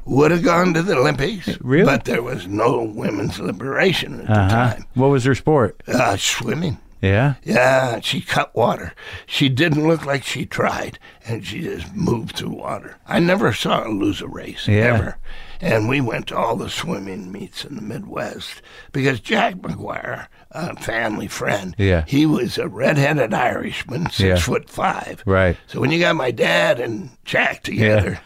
C: would have gone to the Olympics.
A: Really? Uh-huh.
C: But there was no women's liberation at the time.
A: What was their sport?
C: Uh, swimming.
A: Yeah,
C: Yeah, she cut water. She didn't look like she tried, and she just moved through water. I never saw her lose a race,
A: Yeah.
C: ever. And we went to all the swimming meets in the Midwest because Jack McGuire, a family friend,
A: Yeah.
C: he was a redheaded Irishman, six
A: Yeah.
C: foot five.
A: Right.
C: So when you got my dad and Jack together,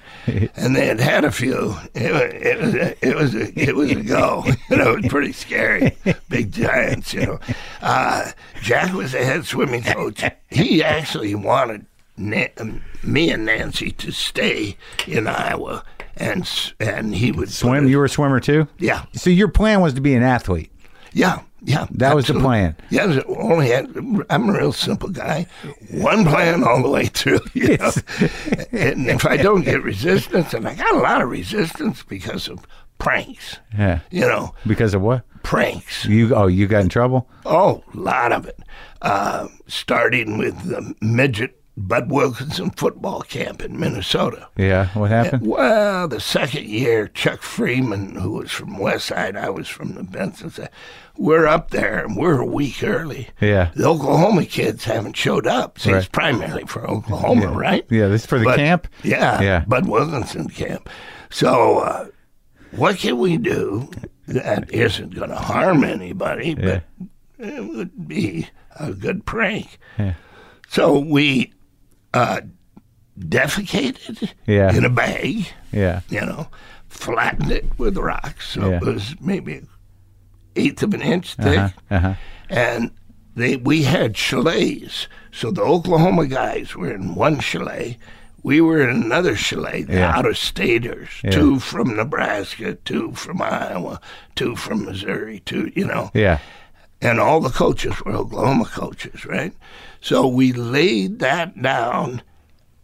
C: and they had had a few, it was it was a, it was a, it was a go. you know, it was pretty scary. Big giants, you know. Uh, Jack was the head swimming coach. He actually wanted Na- um, me and Nancy to stay in Iowa, and s- and he would put
A: swim.
C: us-
A: You were a swimmer too.
C: Yeah,
A: So your plan was to be an athlete.
C: yeah, yeah.
A: That was the
C: absolutely.
A: plan.
C: Yeah, it was only had, I'm a real simple guy. One plan all the way through. You know? and if I don't get resistance, and I got a lot of resistance because of pranks,
A: Yeah,
C: you know,
A: because of what?
C: pranks.
A: You oh, you got in trouble.
C: Oh, a lot of it. Uh, starting with the midget Bud Wilkinson football camp in Minnesota.
A: Yeah, what happened?
C: Well, the second year, Chuck Freeman, who was from West Side, I was from the Benson side, we're up there and we're a week early.
A: Yeah,
C: The Oklahoma kids haven't showed up. See, it's
A: Right.
C: primarily for Oklahoma, right?
A: yeah. This is for the
C: But-
A: camp.
C: Yeah,
A: Yeah.
C: Bud Wilkinson camp. So, uh, what can we do that isn't going to harm anybody, but it would be a good prank? So we uh, defecated
A: Yeah.
C: in a bag,
A: Yeah.
C: you know, flattened it with rocks. So it
A: Yeah.
C: was maybe eighth of an inch thick.
A: Uh-huh.
C: And they we had chalets. So the Oklahoma guys were in one chalet. We were in another chalet, the
A: Yeah.
C: out of staters, two from Nebraska, two from Iowa, two from Missouri, two, you know
A: Yeah.
C: and all the coaches were Oklahoma coaches, right? So we laid that down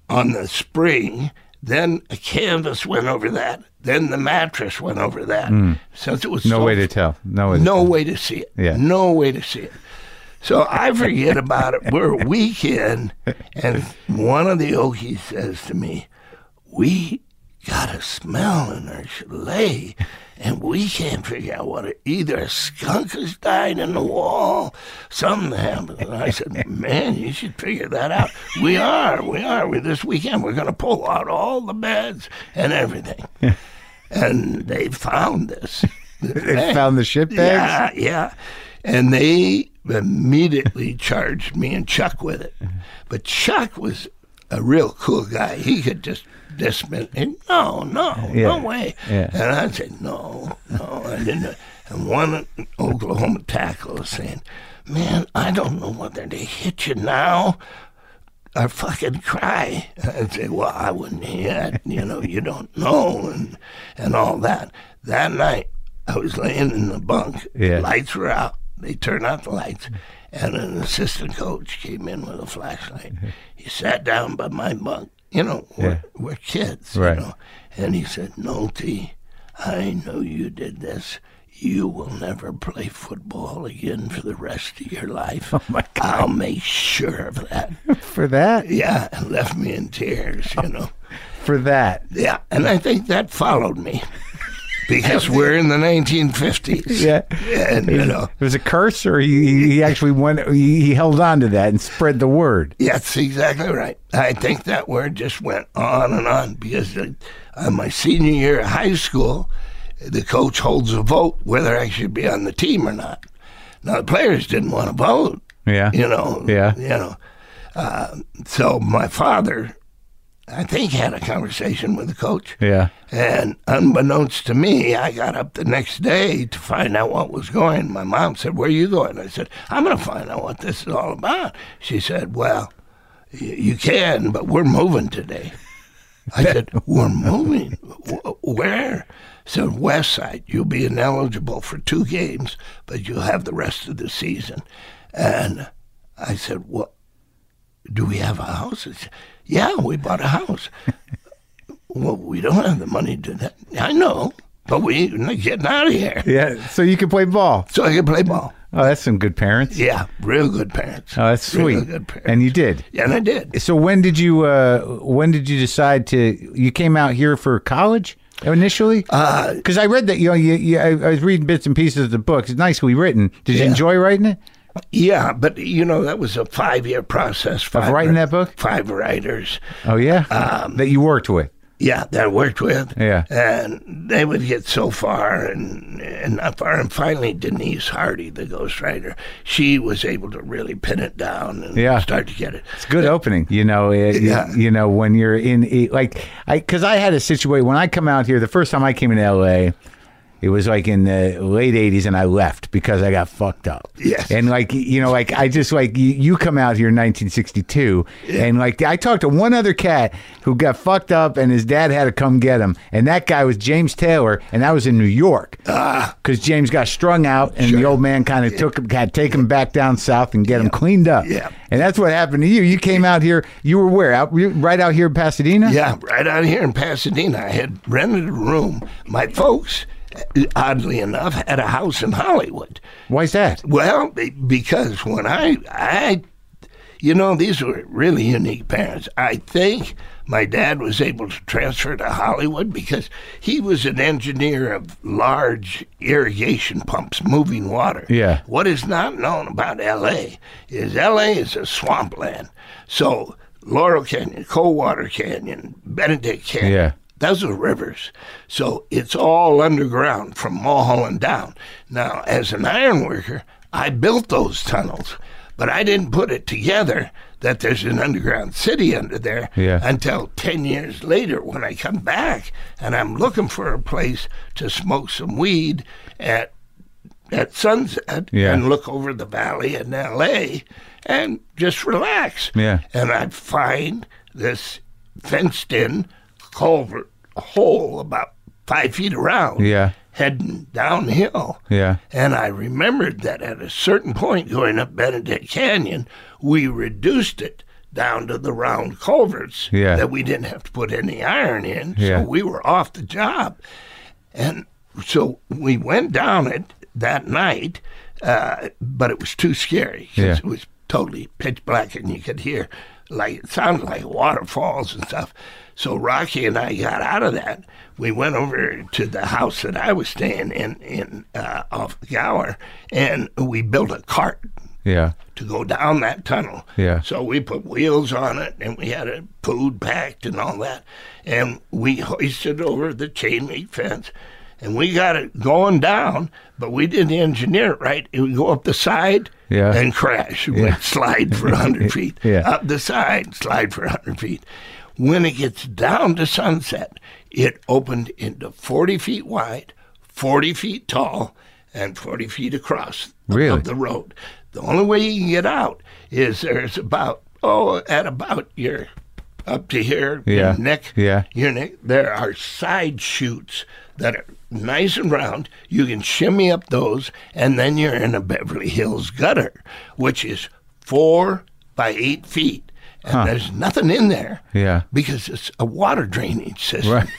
C: on the spring. Then a canvas went over that. Then the mattress went over that. Since it was
A: Hmm. No
C: so-
A: way to tell. No way. To
C: no
A: tell.
C: way to see it.
A: Yeah.
C: No way to see it. So I forget about it. We're a weekend, and one of the Okies says to me, "We got a smell in our chalet, and we can't figure out what it. Either a skunk has died in the wall, something happened." And I said, "Man, you should figure that out. We are. We are. We this weekend. We're going to pull out all the beds and everything." and they found this.
A: They found the shit bags.
C: Yeah, yeah. And they immediately charged me and Chuck with it. But Chuck was a real cool guy. He could just dismiss it. No, no, no
A: Yeah,
C: way.
A: yeah.
C: And I said, no, no, I didn't. And one Oklahoma tackle was saying, man, I don't know whether they hit you now or fucking cry. I'd say, well, I wouldn't hear it. You know, you don't know and, and all that. That night, I was laying in the bunk.
A: Yeah.
C: Lights were out. They turned out the lights. And an assistant coach came in with a flashlight. He sat down by my bunk. You know, we're, we're kids.
A: Right.
C: You know? And he said, Nolte, I know you did this. You will never play football again for the rest of your life. Oh my God. I'll make sure of that.
A: For that.
C: Yeah, it left me in tears, you know.
A: For that.
C: Yeah, and I think that followed me because we're in the 1950s.
A: Yeah.
C: And, you know,
A: It was a curse, or he, he actually went. He, he held on to that and spread the word.
C: yeah, that's exactly right. I think that word just went on and on because uh, on my senior year of high school, the coach holds a vote whether I should be on the team or not. Now, the players didn't want to vote.
A: Yeah.
C: you know
A: Yeah.
C: you know uh, so my father i think had a conversation with the coach
A: Yeah.
C: and unbeknownst to me i got up the next day to find out what was going my mom said where are you going i said i'm going to find out what this is all about she said well y- you can but we're moving today I said, "We're moving. Wh- Where?" Said West Side. You'll be ineligible for two games, but you'll have the rest of the season. And I said, "What? Do we have a house?" He said, yeah, we bought a house. well, we don't have the money to do that. I know, but we're not getting out of here.
A: Yeah. So you could play ball.
C: So I could play ball.
A: Oh, that's some good parents.
C: Yeah, real good parents.
A: Oh, that's
C: Real
A: sweet.
C: good parents.
A: and you did.
C: yeah, and I did.
A: So when did you? Uh, when did you decide to? You came out here for college initially.
C: Uh,
A: Because I read that you know you, you I, I was reading bits and pieces of the book. It's nicely written. Did you
C: Yeah.
A: enjoy writing it?
C: Yeah, but you know that was a five-year process. Five
A: writing that book?
C: Five writers.
A: Oh yeah,
C: Um,
A: that you worked with.
C: Yeah, that I worked with.
A: Yeah.
C: and they would get so far and and not far, and finally Denise Hardy, the ghostwriter, she was able to really pin it down and
A: Yeah.
C: start to get it.
A: It's good opening, you know. It,
C: Yeah.
A: you, you know when you're in it- like I because I had a situation when I come out here the first time I came in L.A. It was like in the late '80s, and I left because I got fucked up.
C: Yes.
A: and like you know, like I just like you, you come out here in 1962, and like I talked to one other cat who got fucked up, and his dad had to come get him, and that guy was James Taylor, and that was in New York.
C: Ah.
A: because James got strung out, and the old man kind of took him, had take him back down south and get him cleaned up.
C: Yeah.
A: and that's what happened to you. You came out here. You were where? Out you- right out here in Pasadena.
C: Yeah, right out here in Pasadena, I had rented a room. My folks, oddly enough, had a house in Hollywood.
A: Why's that?
C: Well, be- because when I I you know these were really unique parents. I think my dad was able to transfer to Hollywood because he was an engineer of large irrigation pumps moving water.
A: Yeah.
C: What is not known about LA is LA is a swampland. So Laurel Canyon, Coldwater Canyon, Benedict Canyon.
A: Yeah.
C: Those are rivers. So it's all underground from Mulholland down. Now, as an iron worker, I built those tunnels, But I didn't put it together that there's an underground city under there
A: Yeah.
C: until 10 years later when I come back and I'm looking for a place to smoke some weed at at sunset
A: Yeah.
C: and look over the valley in LA and just relax.
A: Yeah.
C: And I'd find this fenced in culvert hole about five feet around.
A: Yeah.
C: Heading downhill.
A: Yeah.
C: And I remembered that at a certain point going up Benedict Canyon, we reduced it down to the round culverts
A: Yeah.
C: that we didn't have to put any iron in.
A: Yeah.
C: So we were off the job. And so we went down it that night, uh, but it was too scary 'cause
A: Yeah.
C: it was totally pitch black and you could hear like it sounded like waterfalls and stuff. So Rocky and I got out of that. We went over to the house that I was staying in in uh, off Gower, and we built a cart
A: Yeah.
C: to go down that tunnel.
A: Yeah.
C: So we put wheels on it and we had it food packed and all that. And we hoisted over the chain link fence and we got it going down, but we didn't engineer it right. It would go up the side
A: Yeah.
C: and crash. It would slide for 100 feet.
A: Yeah.
C: Up the side, slide for 100 feet. When it gets down to sunset, it opened into 40 feet wide, 40 feet tall, and 40 feet across
A: Really?
C: of the road. The only way you can get out is there's about oh at about your up to here
A: Yeah.
C: your neck
A: Yeah.
C: your neck there are side chutes that are nice and round. You can shimmy up those and then you're in a Beverly Hills gutter, which is four by eight feet. And there's nothing in there
A: Yeah.
C: because it's a water drainage system.
A: Right.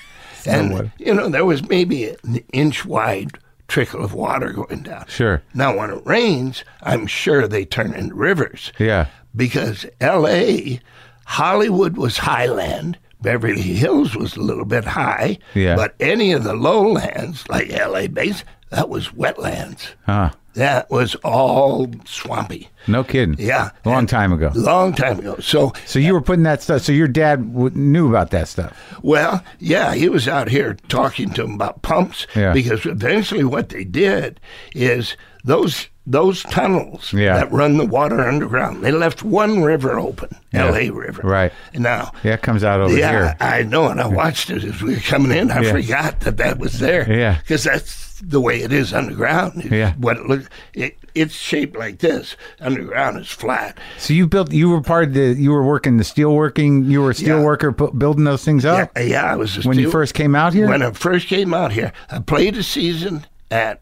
C: And,
A: water.
C: you know, there was maybe an inch wide trickle of water going down.
A: Sure.
C: Now, when it rains, I'm sure they turn into rivers
A: Yeah.
C: because L.A., Hollywood was highland. Beverly Hills was a little bit high.
A: Yeah.
C: But any of the lowlands, like L.A. base, that was wetlands.
A: Huh.
C: That was all swampy.
A: No kidding.
C: Yeah.
A: Long time ago.
C: Long time ago. So
A: So you were putting that stuff. So your dad w- knew about that stuff.
C: Well, yeah, he was out here talking to them about pumps
A: Yeah.
C: because eventually what they did is those those tunnels
A: Yeah.
C: that run the water underground. They left one river open,
A: Yeah.
C: L.A. River.
A: Right.
C: now,
A: Yeah, it comes out over
C: yeah,
A: here.
C: I know, and I watched it as we were coming in. I
A: Yeah.
C: forgot that that was there.
A: Yeah.
C: because that's the way it is underground. It's
A: Yeah.
C: what it look it it's shaped like this. Underground is flat.
A: So you built. You were part of the. You were working the steel working. You were a steel
C: Yeah.
A: worker pu- building those things up
C: Yeah, yeah, I was a
A: when you
C: steel-
A: first came out here.
C: When I first came out here, I played a season at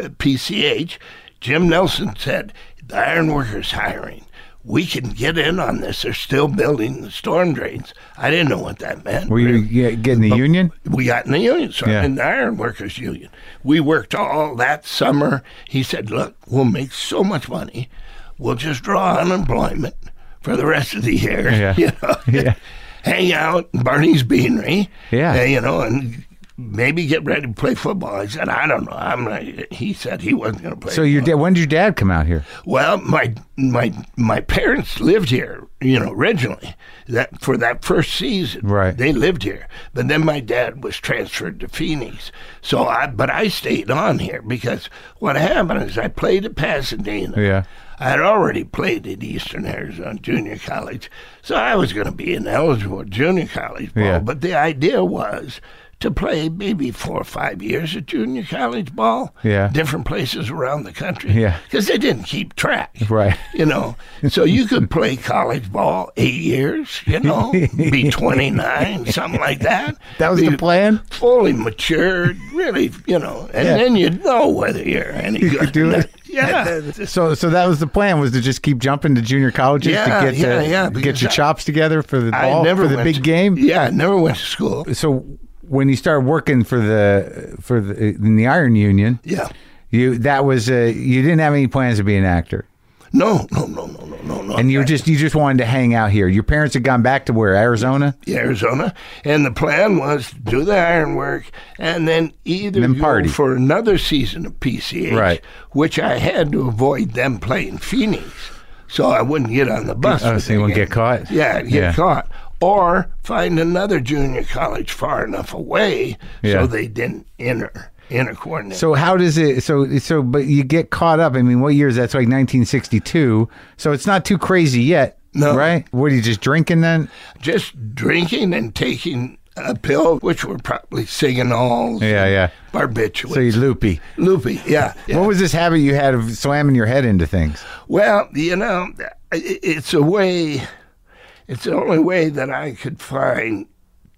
C: uh, PCH. Jim Nelson said, The iron workers hiring. We can get in on this. They're still building the storm drains. I didn't know what that meant.
A: were you get, getting the union?
C: We got in the union, so I'm
A: Yeah.
C: in the Iron Workers Union. We worked all that summer. He said, Look, we'll make so much money. We'll just draw unemployment for the rest of the year.
A: Yeah.
C: You know?
A: Yeah.
C: Hang out in Barney's Beanery.
A: Yeah.
C: uh, you know, and maybe get ready to play football. I said, I don't know. I'm not, he said he wasn't going to play.
A: So your dad. When did your dad come out here?
C: Well, my my my parents lived here, you know, originally. That for that first season,
A: Right.
C: They lived here, but then my dad was transferred to Phoenix. So I, but I stayed on here because what happened is I played at Pasadena.
A: Yeah.
C: I had already played at Eastern Arizona Junior College, so I was going to be ineligible at junior college ball.
A: Yeah.
C: But the idea was to play maybe four or five years of junior college ball,
A: Yeah.
C: different places around the country,
A: Yeah.
C: because they didn't keep track,
A: Right.
C: You know, so you could play college ball eight years, you know, be twenty nine, something like that.
A: That was
C: be
A: the plan?
C: Fully matured, really, you know, and
A: Yeah.
C: then you'd know whether you're any
A: You
C: good.
A: could do
C: or not.
A: it.
C: Yeah.
A: So so that was the plan was to just keep jumping to junior colleges
C: Yeah,
A: to get
C: yeah,
A: to,
C: yeah,
A: get
C: because
A: your
C: I-
A: chops together for the
C: I
A: ball
C: never
A: for the
C: went
A: big
C: to-
A: game.
C: Yeah, I never went to school.
A: So when you started working for the for the in the Iron Union,
C: Yeah.
A: you that was uh, you didn't have any plans to be an actor,
C: No, no, no, no, no, no, no.
A: and you were just you just wanted to hang out here. Your parents had gone back to where Arizona,
C: Arizona, and the plan was to do the iron work and then either
A: Then
C: go
A: party.
C: for another season of PCH,
A: Right.
C: which I had to avoid them playing Phoenix, so I wouldn't get on the bus.
A: Oh,
C: with
A: so you
C: the
A: wouldn't
C: gang.
A: get caught?
C: Yeah, get
A: Yeah.
C: caught, or find another junior college far enough away
A: Yeah.
C: so they didn't enter. intercoordinate.
A: So how does it? So so, but you get caught up. I mean, what year is that? It's like 1962. So it's not too crazy yet,
C: No.
A: right? What are you just drinking then?
C: just drinking and taking a pill, which were probably signals,
A: Yeah, yeah.
C: barbiturates,
A: So you loopy.
C: loopy. Yeah. yeah.
A: What was this habit you had of slamming your head into things?
C: Well, you know, i- i- it's a way. It's the only way that I could find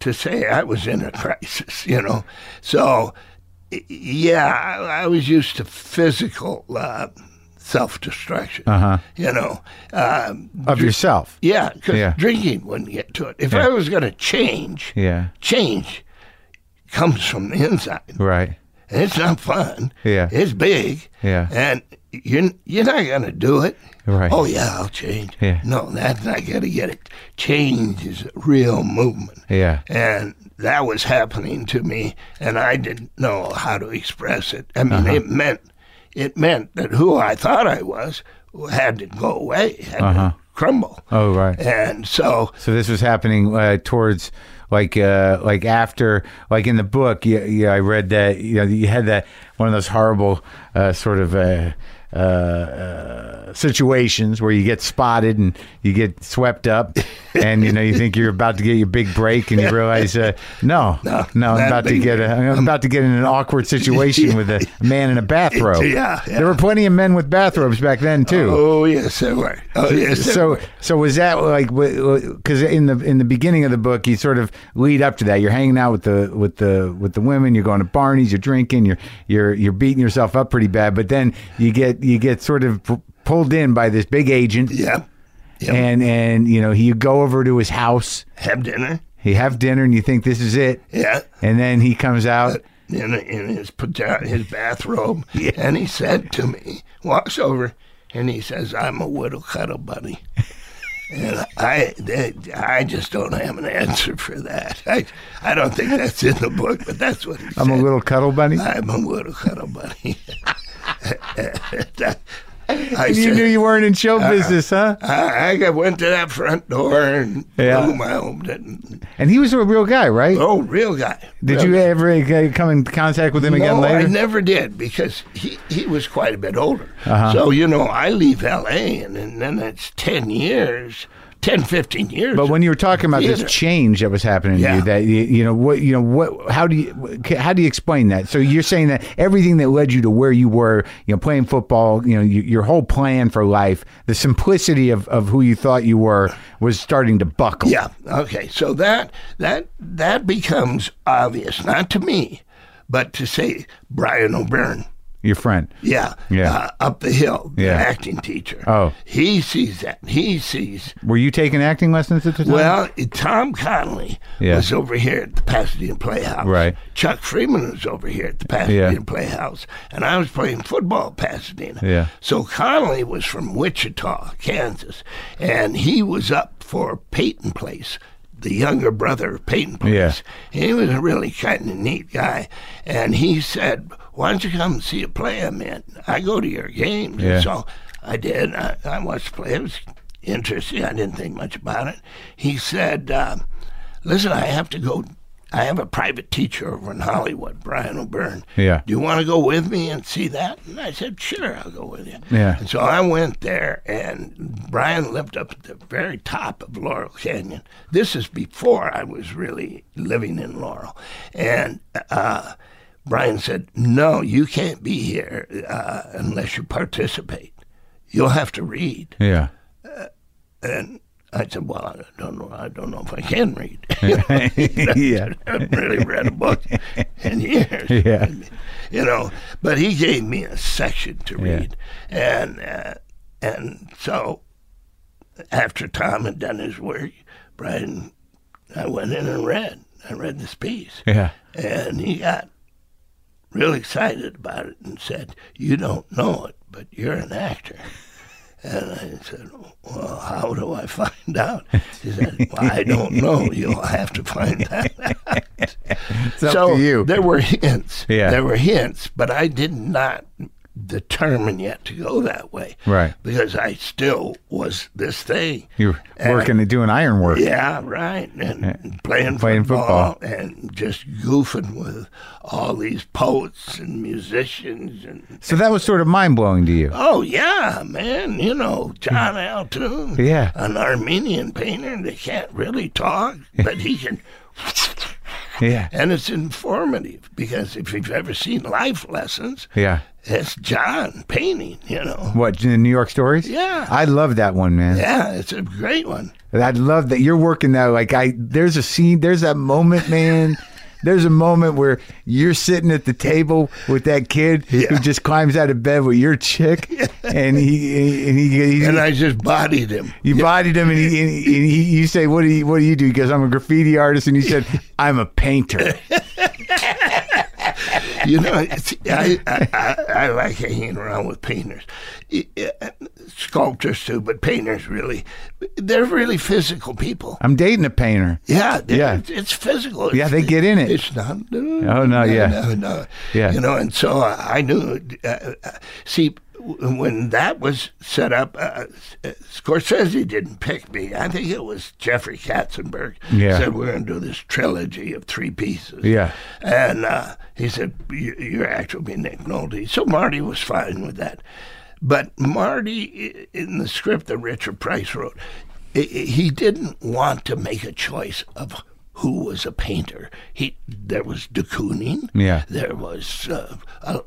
C: to say I was in a crisis. You know, so i- yeah, I, I was used to physical uh, self-destruction.
A: Uh-huh.
C: You know, um,
A: Of yourself?
C: yeah, 'cause
A: Yeah.
C: drinking wouldn't get to it. If I was going to change,
A: Yeah.
C: change comes from the inside.
A: Right.
C: And it's not fun.
A: Yeah.
C: It's big.
A: Yeah.
C: And you're, you're not going to do it.
A: Right.
C: Oh, yeah, I'll change.
A: Yeah.
C: No, that's not going to get it. Change is a real movement.
A: Yeah.
C: And that was happening to me, and I didn't know how to express it. I mean,
A: Uh-huh.
C: it meant it meant that who I thought I was had to go away, had to crumble.
A: Uh-huh. Oh, right.
C: And so
A: So this was happening uh, towards like uh, like after like in the book. Yeah, yeah, I read that you know you had that one of those horrible uh, sort of. Uh, uh, uh, situations where you get spotted and you get swept up, and you know you think you're about to get your big break, and you realize, uh, no, no,
C: No,
A: I'm about
C: not
A: to
C: big
A: get, a, I'm about to get in an awkward situation with a man in a bathrobe.
C: Yeah, yeah.
A: there were plenty of men with bathrobes back then too
C: Oh yes, there were. Oh yes. there
A: so
C: were.
A: so was that like because in the in the beginning of the book you sort of lead up to that you're hanging out with the with the with the women you're going to Barney's you're drinking you're you're you're beating yourself up pretty bad but then you get you get sort of p- pulled in by this big agent
C: yeah,
A: and and you know you go over to his house
C: have dinner.
A: you have dinner and you think this is it
C: Yeah.
A: and then he comes out
C: in, in his paja- his bathrobe, and he said to me, walks over, and he says, "I'm a widow cuddle buddy," and I that- I just don't have an answer for that. I I don't think that's in the book, but that's what he
A: I'm a
C: said.
A: little cuddle bunny
C: I'm a widow cuddle buddy. I
A: and you
C: said-
A: knew you weren't in show business huh
C: I, I got- went to that front door and
A: Yeah.
C: boom, I opened it. And,
A: and he was a real guy right
C: oh, real guy.
A: did
C: real
A: you ever uh, come in contact with him again
C: no,
A: later
C: I never did because he, he was quite a bit older.
A: Uh-huh.
C: So, you know, I leave LA and, and then it's 10 years, 10, 15 years.
A: But when you were talking about
C: Theater.
A: this change that was happening to
C: Yeah.
A: you, that you, you know what you know what how do you how do you explain that? So you're saying that everything that led you to where you were, you know, playing football, you know, you, your whole plan for life, the simplicity of, of who you thought you were, was starting to buckle.
C: yeah, okay. So that that that becomes obvious, not to me, but to say Brian O'Byrne.
A: your friend.
C: Yeah,
A: Yeah.
C: uh, up the hill, the
A: Yeah.
C: acting teacher.
A: Oh.
C: he sees that. He sees
A: Were you taking acting lessons at the time?
C: Well, it- Tom Connolly
A: Yeah.
C: was over here at the Pasadena Playhouse.
A: Right.
C: Chuck Freeman was over here at the Pasadena Playhouse, and I was playing football at Pasadena.
A: Yeah.
C: So Connolly was from Wichita, Kansas, and he was up for Peyton Place, the younger brother of Peyton Place.
A: Yeah.
C: He was a really kind of neat guy, and he said, "Why don't you come see a play I'm in? I go to your games."
A: Yeah.
C: And so I did. I, I watched the play. It was interesting. I didn't think much about it. He said, uh, "Listen, I have to go. I have a private teacher over in Hollywood, Brian O'Byrne.
A: Yeah.
C: Do you want to go with me and see that?" And I said, "Sure, I'll go with you."
A: Yeah.
C: And so I went there, and Brian lived up at the very top of Laurel Canyon. This is before I was really living in Laurel. And uh, Brian said, No, you can't be here uh, unless you participate. You'll have to read.
A: yeah.
C: And I said, Well, I don't know. I don't know if I can read.
A: yeah.
C: I haven't really read a book in years.
A: Yeah.
C: You know, but he gave me a section to
A: Yeah.
C: read, and uh, and so after Tom had done his work, Brian, I went in and read. I read this piece,
A: Yeah.
C: and he got real excited about it and said, "You don't know it, but you're an actor." And I said, "Well, how do I find out?" He said, well, "I don't know. You'll have to find that out."
A: It's up to you.
C: there were hints.
A: Yeah.
C: There were hints, but I did not determined yet to go that way.
A: Right.
C: Because I still was this thing.
A: You're
C: And-
A: working and doing iron work.
C: Uh, Yeah, right. And playing,
A: Playing
C: football,
A: football.
C: and just goofing with all these poets and musicians and
A: So that was sort of mind blowing to you.
C: oh yeah, man, you know John Altoon,
A: Mm. Yeah.
C: an Armenian painter that can't really talk, but he can,
A: Yeah.
C: and it's informative because if you've ever seen Life Lessons,
A: Yeah.
C: it's John painting, you know.
A: What, in New York stories?
C: Yeah.
A: I love that one, man.
C: Yeah, it's a great one.
A: I love that you're working that. Like I, there's a scene, there's that moment, man. There's a moment where you're sitting at the table with that kid who
C: Yeah.
A: just climbs out of bed with your chick, and he and he, he-
C: And I just bodied him.
A: you bodied him, and he, and he, and he you say, "What do you what do you do?" Because I'm a graffiti artist, and he said, "I'm a painter."
C: you know, it's, I, I, I, I like hanging around with painters, I- I- sculptors too, but painters really, they're really physical people.
A: I'm dating a painter.
C: Yeah, they're-
A: Yeah.
C: It's, it's physical.
A: Yeah,
C: It's-
A: they get in it.
C: It's not. uh,
A: Oh, no, yeah.
C: no, no.
A: Yeah.
C: You know, and so I I knew. Uh, uh, see, w- when that was set up, uh, uh, Scorsese didn't pick me. I think it was Jeffrey Katzenberg.
A: Yeah.
C: Said we're going to do this trilogy of three pieces.
A: Yeah.
C: And uh, he said, "You- "Your actor will be Nick Nolte." So Marty was fine with that, but Marty, i- in the script that Richard Price wrote, i- i- he didn't want to make a choice of who was a painter. He there was de Kooning,
A: Yeah.
C: There was uh, uh,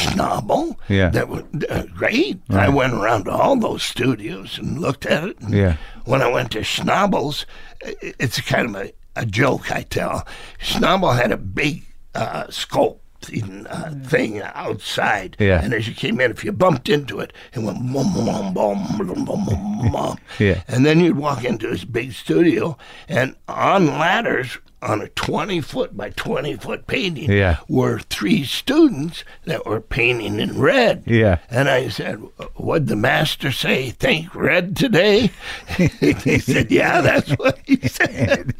C: Schnabel,
A: Yeah.
C: That was uh, great. I went around to all those studios and looked at it. and
A: Yeah.
C: when I went to Schnabel's, i- it's kind of a, a joke I tell. Schnabel had a big uh, sculpt uh, thing outside,
A: Mm. Yeah.
C: and as you came in, if you bumped into it, it went boom, boom, boom, boom, boom, boom, boom.
A: Yeah.
C: And then you'd walk into his big studio, and on ladders on a 20 foot by 20 foot painting
A: Yeah.
C: were three students that were painting in red.
A: Yeah.
C: And I said, What'd the master say? Think red today? he said, Yeah, that's what he said.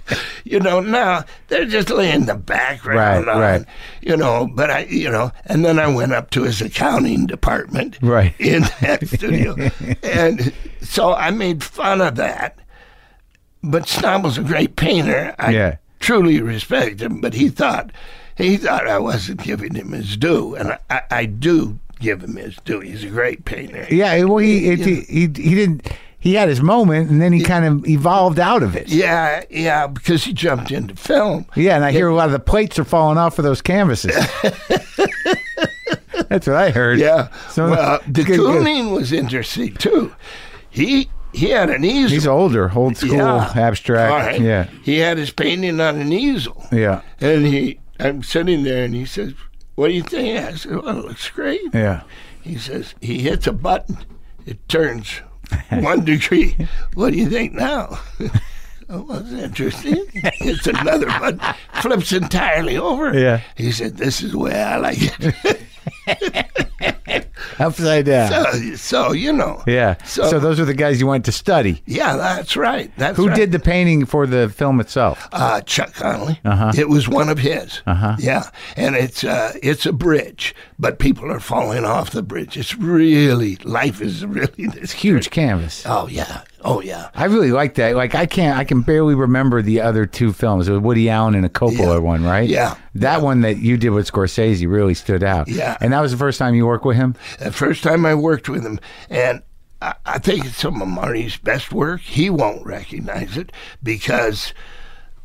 C: you know, now they're just laying the background
A: Right,
C: on,
A: right.
C: you know, but I, you know, and then I went up to his accounting department
A: Right.
C: in that studio. and so I made fun of that. But Snoble's a great painter. I
A: Yeah.
C: truly respect him, but he thought he thought I wasn't giving him his due, and I, I, I do give him his due. He's a great painter.
A: Yeah. Well, he it, he, he he didn't. He had his moment, and then he kind of evolved out of it.
C: Yeah, yeah, because he jumped into film.
A: Yeah, and I hear a lot of the plates are falling off of those canvases. That's what I heard.
C: Yeah.
A: So- uh,
C: well, the
A: good, good.
C: Kooning was interesting too. He he had an easel.
A: He's older, old school,
C: Yeah.
A: abstract.
C: All right.
A: Yeah.
C: He had his painting on an easel.
A: Yeah.
C: And he, I'm sitting there, and he says, "What do you think?" I said, "Well, it looks great."
A: Yeah.
C: He says he hits a button, it turns one degree. What do you think now? oh, well, that's interesting. It's another button, flips entirely over.
A: Yeah.
C: He said, "This is the way I like it."
A: Upside down.
C: so, so, you know.
A: yeah. So,
C: So-
A: those are the guys you went to study.
C: Yeah, that's right. That's
A: Who
C: right.
A: did the painting for the film itself?
C: Uh, Chuck Connolly.
A: Uh-huh.
C: It was one of his. Yeah, and it's uh, it's a bridge, but people are falling off the bridge. It's really life is really this
A: Huge canvas.
C: Oh yeah, oh yeah.
A: I really like that. Like I can't I can barely remember the other two films. It was Woody Allen and a Coppola
C: Yeah.
A: one, right?
C: Yeah.
A: That one that you did with Scorsese really stood out.
C: Yeah.
A: And that was the first time you worked with him?
C: The first time I worked with him, and I, I think it's some of Marty's best work. He won't recognize it because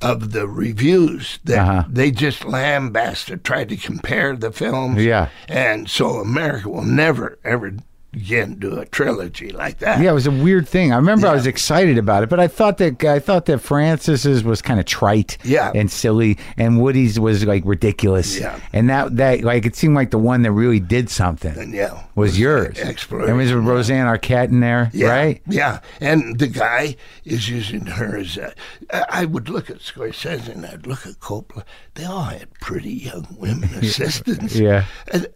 C: of the reviews that
A: Uh-huh.
C: they just lambasted, tried to compare the films.
A: Yeah.
C: And so America will never, ever again do a trilogy like that.
A: Yeah, it was a weird thing. I remember I was excited about it, but I thought that I thought that Francis's was kind of trite,
C: Yeah.
A: and silly, and Woody's was like ridiculous,
C: Yeah.
A: And that that like it seemed like the one that really did something
C: And yeah.
A: was yours.
C: Exploration,
A: And was Roseanne Arquette in there,
C: Yeah,
A: right?
C: Yeah, and the guy is using her as a. I I would look at Scorsese and I'd look at Coppola. They all had pretty young women assistants.
A: Yeah.
C: And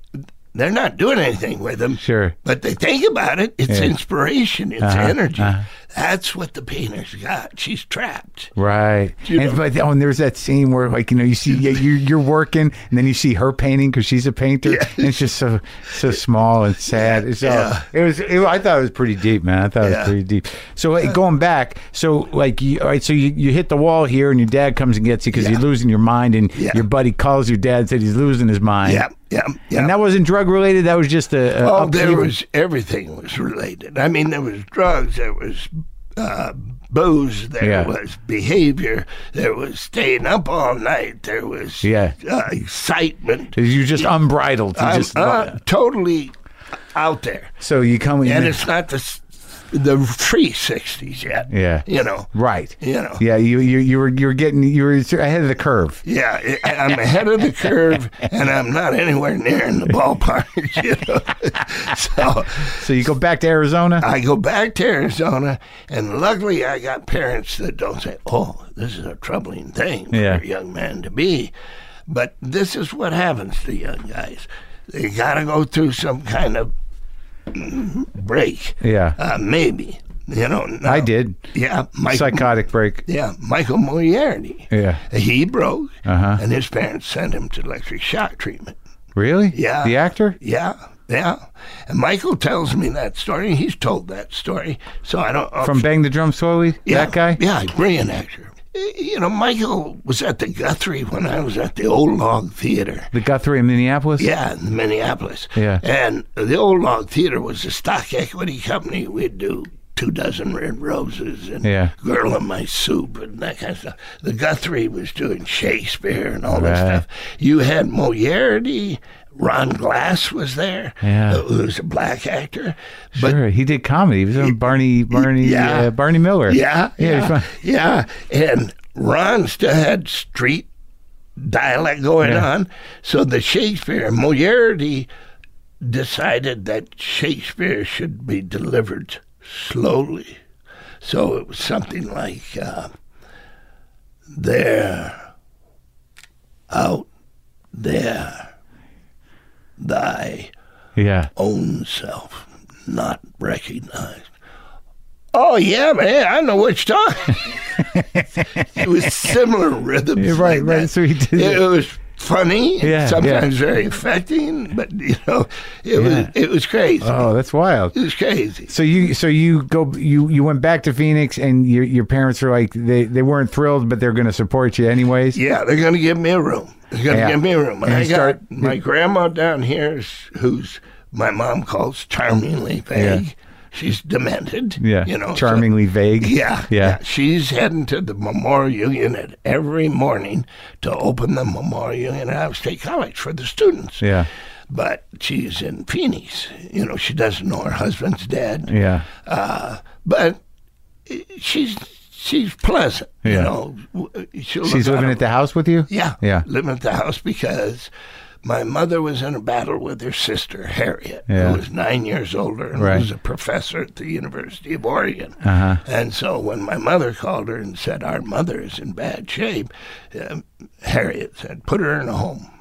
C: They're not doing anything with them.
A: Sure.
C: But they think about it. It's
A: Yeah.
C: inspiration. It's
A: Uh-huh,
C: energy.
A: uh-huh.
C: That's what the painter's got. She's trapped.
A: Right.
C: You
A: and,
C: know.
A: but, oh, and there's that scene where, like, you know, you see yeah, you're, you're working, and then you see her painting because she's a painter.
C: Yeah.
A: And it's just so so small and sad. So
C: Yeah.
A: it was. It, I thought it was pretty deep, man. I thought it
C: Yeah.
A: was pretty deep. So like, going back, so like, you, all right, so you, you hit the wall here, and your dad comes and gets you because you're
C: Yeah.
A: losing your mind, and
C: Yeah.
A: your buddy calls your dad and said he's losing his mind.
C: Yeah, yeah, yeah.
A: And that wasn't drug related. That was just a, a
C: Oh, there
A: upheaval.
C: was everything was related. I mean, there was drugs, there was uh, booze, there
A: Yeah.
C: was behavior, there was staying up all night, there was
A: Yeah.
C: uh, excitement.
A: You're just unbridled. You
C: I'm
A: just,
C: uh, totally out there,
A: so you come in.
C: and it's not the s- the free '60s yet.
A: Yeah.
C: you know,
A: Right.
C: you know.
A: Yeah, you you you were you were getting you were ahead of the curve.
C: Yeah, I- I'm ahead of the curve, and I'm not anywhere near in the ballpark. You know? so
A: So you go back to Arizona.
C: I go back to Arizona, and luckily I got parents that don't say, "Oh, this is a troubling thing for
A: Yeah.
C: a young man to be," but this is what happens to young guys. They got to go through some kind of mm, break.
A: Yeah.
C: uh, maybe you know.
A: I
C: now-
A: did
C: Yeah, Mike,
A: psychotic break.
C: Yeah, Michael Moriarty.
A: Yeah,
C: He broke,
A: Uh-huh.
C: and his parents sent him to electric shock treatment.
A: really?
C: Yeah.
A: the actor.
C: Yeah, yeah. And Michael tells me that story. He's told that story, so I don't.
A: From Bang the Drum Slowly,
C: yeah,
A: that guy.
C: Yeah, brilliant actor. Y- You know, Michael was at the Guthrie when I was at the Old Log Theater.
A: The Guthrie in Minneapolis.
C: Yeah, in Minneapolis.
A: Yeah.
C: And the Old Log Theater was a stock equity company. We'd do two dozen red roses and
A: Yeah.
C: Girl in My Soup and that kind of stuff. The Guthrie was doing Shakespeare and all
A: Right.
C: that stuff. You had Moriarty. Ron Glass was there, Uh,
A: Yeah.
C: who was a black actor. But
A: sure. He did comedy. He was on Barney Barney
C: Yeah.
A: uh, Barney Miller.
C: Yeah,
A: Yeah, he's
C: yeah,
A: fun.
C: yeah. And Ron still had street dialect going
A: Yeah.
C: on. So the Shakespeare Moriarty decided that Shakespeare should be delivered slowly. So it was something like uh, there, out there, thy
A: yeah.
C: own self not recognized. Oh yeah, man, I know what you're talking. it was similar rhythms.
A: Yeah, right,
C: like that.
A: right, so he did
C: It,
A: it.
C: was funny. and
A: Yeah, yeah.
C: sometimes very affecting, but you know, it was it was crazy.
A: Oh, that's wild.
C: it was crazy.
A: So you so you go you you went back to Phoenix and your your parents were like they they weren't thrilled but they're going to support you anyways.
C: Yeah, they're gonna give me a room. They're gonna
A: Yeah.
C: give me a room.
A: And
C: I
A: you
C: got
A: start-
C: my grandma down here, is- who's my mom calls charmingly vague. She's demented.
A: Yeah.
C: you know, so-
A: Charmingly vague.
C: Yeah,
A: Yeah.
C: She's heading to the memorial unit every morning to open the memorial unit at Iowa State College for the students.
A: Yeah.
C: But she's in Phoenix. You know, she doesn't know her husband's dead.
A: Yeah.
C: Uh, but she's she's pleasant.
A: Yeah.
C: You know, W- she'll look
A: She's
C: out
A: living
C: a-
A: at the house with you?
C: yeah.
A: Yeah.
C: Living at the house because my mother was in a battle with her sister, Harriet,
A: Yeah.
C: who was nine years older and
A: Right.
C: was a professor at the University of Oregon.
A: Uh-huh.
C: And so when my mother called her and said, Our mother is in bad shape, um, Harriet said, Put her in a home.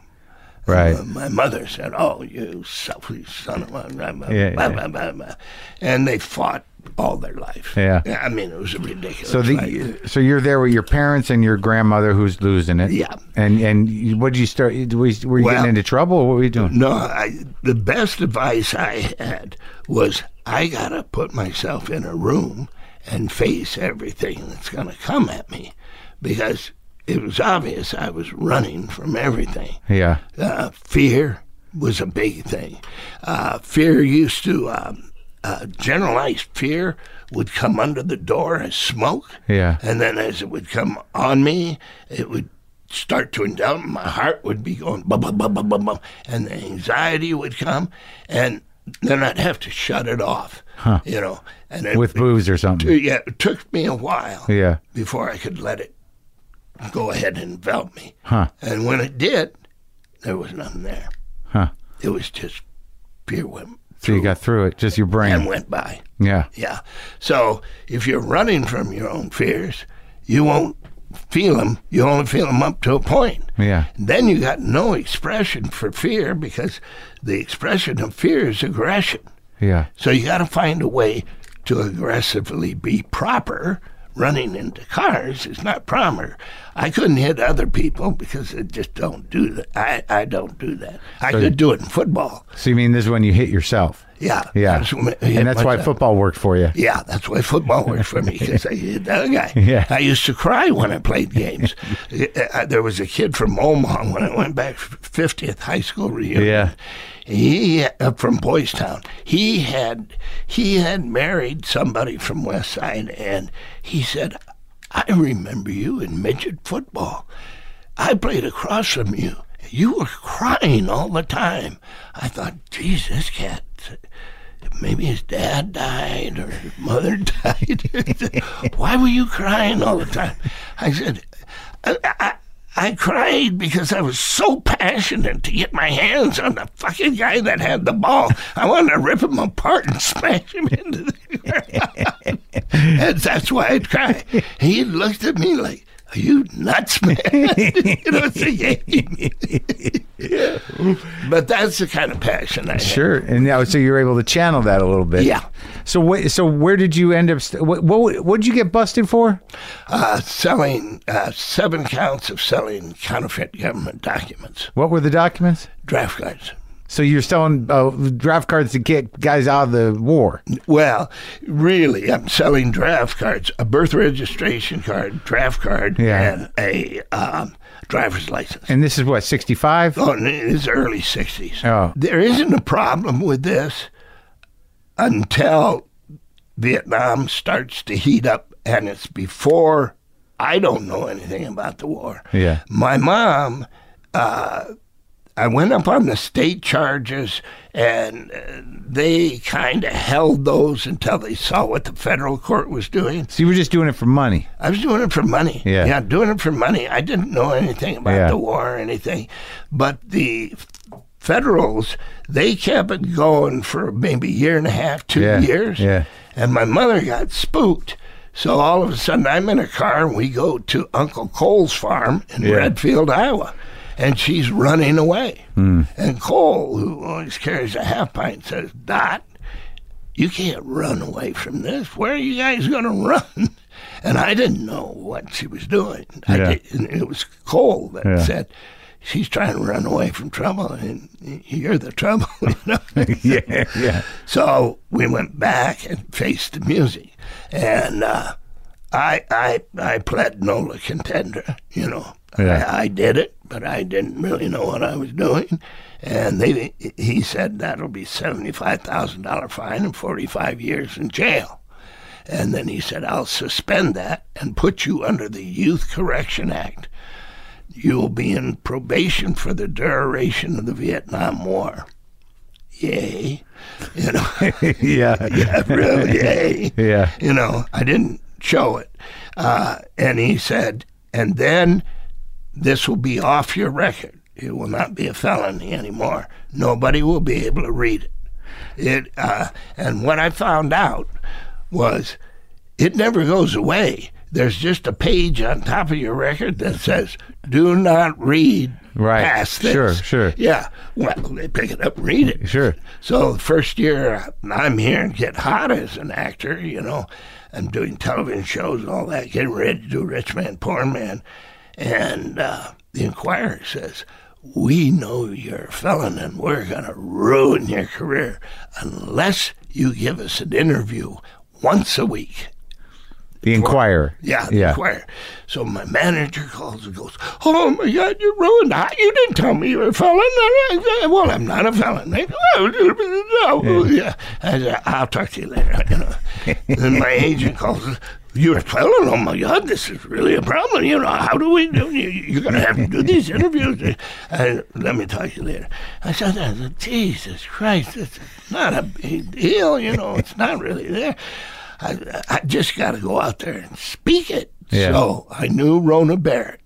A: Right.
C: Uh, my mother said, "Oh, you selfish son of a..." Blah, blah,
A: Yeah,
C: blah,
A: yeah.
C: blah, blah, blah. And they fought all their life.
A: Yeah.
C: I mean, it was ridiculous.
A: So the
C: Like,
A: so you're there with your parents and your grandmother who's losing it.
C: Yeah.
A: And and you- what did you start? Were you, were you
C: Well-
A: getting into trouble? Or what were you doing?
C: No, I, the best advice I had was I gotta put myself in a room and face everything that's gonna come at me, because it was obvious I was running from everything.
A: Yeah.
C: Uh, fear was a big thing. Uh, fear used to um, uh, generalized fear would come under the door as smoke.
A: Yeah.
C: And then as it would come on me, it would start to envelop. My heart would be going bum, bum, bum, bum, bum, bum, and the anxiety would come, and then I'd have to shut it off. You know, and it,
A: With booze or something.
C: yeah, it took me a while
A: Yeah.
C: before I could let it go ahead and envelop me.
A: Huh.
C: And when it did, there was nothing there.
A: Huh.
C: It was just fear went
A: So you got through it. Just your
C: and
A: brain.
C: went by.
A: Yeah.
C: Yeah. So if you're running from your own fears, you won't feel them. You only feel them up to a point.
A: Yeah.
C: Then you got no expression for fear because the expression of fear is aggression.
A: Yeah.
C: So you got to find a way to aggressively be proper. Running into cars is not proper. I couldn't hit other people because I just don't do that. I, I don't do that. I could do it in football.
A: So you mean this is when you hit yourself?
C: Yeah.
A: Yeah.
C: That's when I hit
A: and that's why
C: myself.
A: football worked for you.
C: Yeah, that's why football worked for me because I hit that guy.
A: Yeah.
C: I used to cry when I played games. Uh, uh, there was a kid from Omaha when I went back for 50th high school reunion.
A: Yeah.
C: He uh, from Boys Town. He had he had married somebody from West Side, and he said, "I remember you in midget football. I played across from you. You were crying all the time." I thought, "Geez, this cat." Maybe his dad died or his mother died. Why were you crying all the time? I said, I, I, I cried because I was so passionate to get my hands on the fucking guy that had the ball. I wanted to rip him apart and smash him into the ground. and that's why I'd cry. He looked at me like, are you nuts, man? you know, it's a game. Yeah. But that's the kind of passion I have.
A: Sure. And now, so you were able to channel that a little bit.
C: Yeah.
A: So wait, so where did you end up? St- what, what what did you get busted for?
C: Uh, selling uh, seven counts of selling counterfeit government documents,
A: What were the documents?
C: draft cards.
A: So you're selling uh, draft cards to get guys out of the war.
C: Well, really, I'm selling draft cards, a birth registration card, draft card,
A: Yeah.
C: and a um, driver's license.
A: And this is what 65.
C: Oh, and it is early 60s.
A: Oh.
C: There isn't a problem with this until Vietnam starts to heat up, and it's before I don't know anything about the war.
A: Yeah.
C: My mom uh, I went up on the state charges, and uh, they kind of held those until they saw what the federal court was doing.
A: So you were just doing it for money.
C: I was doing it for money.
A: Yeah.
C: yeah doing it for money. I didn't know anything about
A: Yeah.
C: the war or anything, but the f- federals they kept it going for maybe a year and a half, two
A: Yeah,
C: years.
A: yeah.
C: And my mother got spooked. So all of a sudden, I'm in a car and we go to Uncle Cole's farm in
A: Yeah.
C: Redfield, Iowa. And she's running away.
A: Hmm.
C: And Cole, who always carries a half pint, says, Dot, you can't run away from this. Where are you guys going to run? And I didn't know what she was doing. I
A: Yeah.
C: did- and it was Cole that
A: Yeah.
C: said, She's trying to run away from trouble, and you're the trouble. you know?
A: yeah. Yeah.
C: So we went back and faced the music, and uh, I I I pled nola contender. You know,
A: Yeah.
C: I, I did it, but I didn't really know what I was doing. And they he said that'll be seventy five thousand dollar fine and forty five years in jail. And then he said, I'll suspend that and put you under the Youth Correction Act. You will be in probation for the duration of the Vietnam War. Yay. You know,
A: Yeah.
C: yeah, really, yay.
A: Yeah.
C: You know, I didn't show it. Uh, and he said, and then this will be off your record. It will not be a felony anymore. Nobody will be able to read it. It uh, and what I found out was it never goes away. There's just a page on top of your record that says "Do not read
A: Right.
C: past this."
A: Sure, sure.
C: Yeah. Well, they pick it up, read it.
A: Sure.
C: So the first year I'm here and get hot as an actor, you know, I'm doing television shows and all that, getting ready to do Rich Man, Poor Man. And uh, the Inquirer says, we know you're a felon and we're going to ruin your career unless you give us an interview once a week.
A: The Inquirer.
C: Yeah, the
A: Yeah.
C: choir. So my manager calls and goes, "Oh my God, you're ruined! How- You didn't tell me you were a felon." I- I- Well, I'm not a felon. They go, "Oh, no, yeah. I said, I'll talk to you later. You know. then my agent calls. and, You're a felon. Oh my God, this is really a problem. You know, how do we do? You, you're gonna have to do these interviews. And let me talk to you later. I said, I said, Jesus Christ, this is not a big deal. You know, it's not really there. I, I just got to go out there and speak it.
A: Yeah.
C: So I knew Rona Barrett.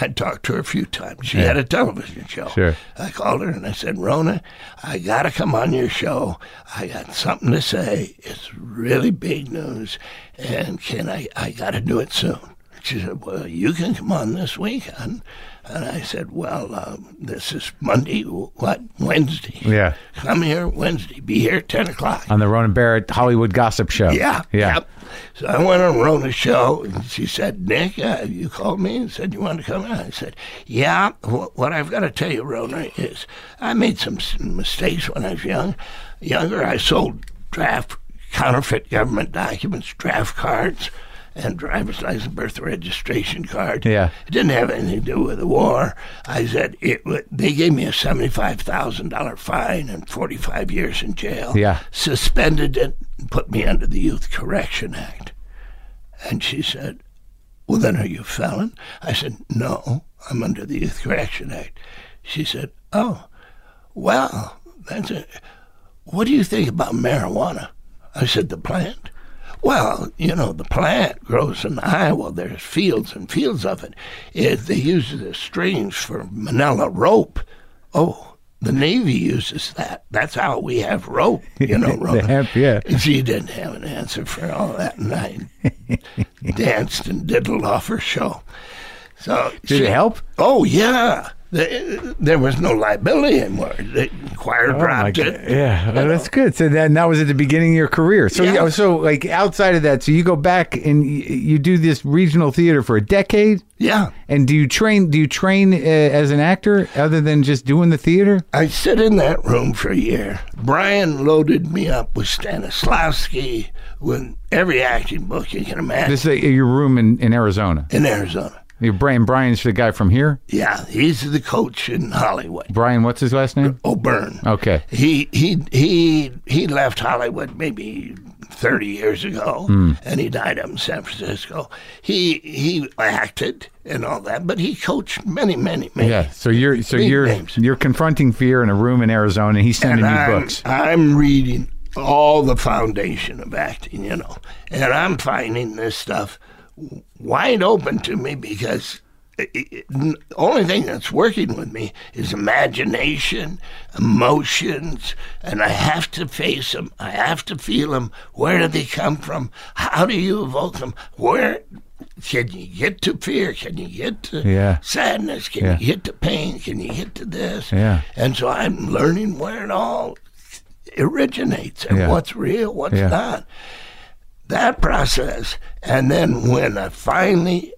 C: I talked to her a few times. She had a television show.
A: Sure.
C: I called her and I said, Rona, I got to come on your show. I got something to say. It's really big news, and can I? I got to do it soon. She said, Well, you can come on this weekend. And I said, Well, uh, this is Monday, what? Wednesday.
A: Yeah.
C: Come here Wednesday. Be here at 10 o'clock.
A: on the Ronan Barrett Hollywood Gossip Show.
C: Yeah.
A: yeah.
C: yep. So I went on Rona's show, and she said, Nick, uh, you called me and said you want to come on. I said, Yeah. Wh- what I've got to tell you, Rona, is I made some s- mistakes when I was young. Younger, I sold draft, counterfeit government documents, draft cards, and driver's license, birth registration card.
A: Yeah.
C: It didn't have anything to do with the war. I said, it, wa- They gave me a $75,000 fine and 45 years in jail
A: Yeah.
C: suspended it and put me under the Youth Correction Act. And she said, Well, then are you a felon? I said, No, I'm under the Youth Correction Act. She said, Oh, well, that's it. What do you think about marijuana? I said, The plant. Well, you know, the plant grows in Iowa. There's fields and fields of it. it they use the strings for manila rope. Oh, the Navy uses that. That's how we have rope, you know, rope.
A: hemp, yeah.
C: She didn't have an answer for all that, and I danced and diddled off her show. So
A: Did
C: she,
A: it help?
C: Oh yeah, The- there was no liability anymore. The choir
A: Oh, my
C: dropped
A: God.
C: it.
A: Yeah, well, that's good. So then that was at the beginning of your career. So
C: Yeah.
A: yeah, so like outside of that, so you go back and y- you do this regional theater for a decade.
C: Yeah,
A: And do you train? Do you train uh, as an actor other than just doing the theater?
C: I sit in that room for a year. Brian loaded me up with Stanislavski, with every acting book you can imagine
A: This is uh, your room in, in Arizona.
C: in Arizona.
A: Your Brian Brian's the guy from here.
C: Yeah, he's the coach in Hollywood.
A: Brian, what's his last name?
C: O'Byrne.
A: Okay.
C: he he he he left Hollywood maybe thirty years ago,
A: Hmm.
C: and he died up in San Francisco. He he acted and all that, but he coached many many many.
A: Yeah. So you're so
C: Big
A: you're
C: names.
A: you're confronting fear in a room in Arizona. and He's
C: and
A: sending you
C: I'm,
A: books.
C: I'm reading all the foundation of acting, you know, and I'm finding this stuff wide open to me because. It, it, n- only thing that's working with me is imagination, emotions, and I have to face them. I have to feel them. Where do they come from? How do you evoke them? Where can you get to fear? Can you get to
A: Yeah.
C: sadness? Can
A: Yeah.
C: you get to pain? Can you get to this?
A: Yeah.
C: And so I'm learning where it all originates and
A: Yeah.
C: what's real, what's
A: Yeah.
C: not. That process. And then when I finally,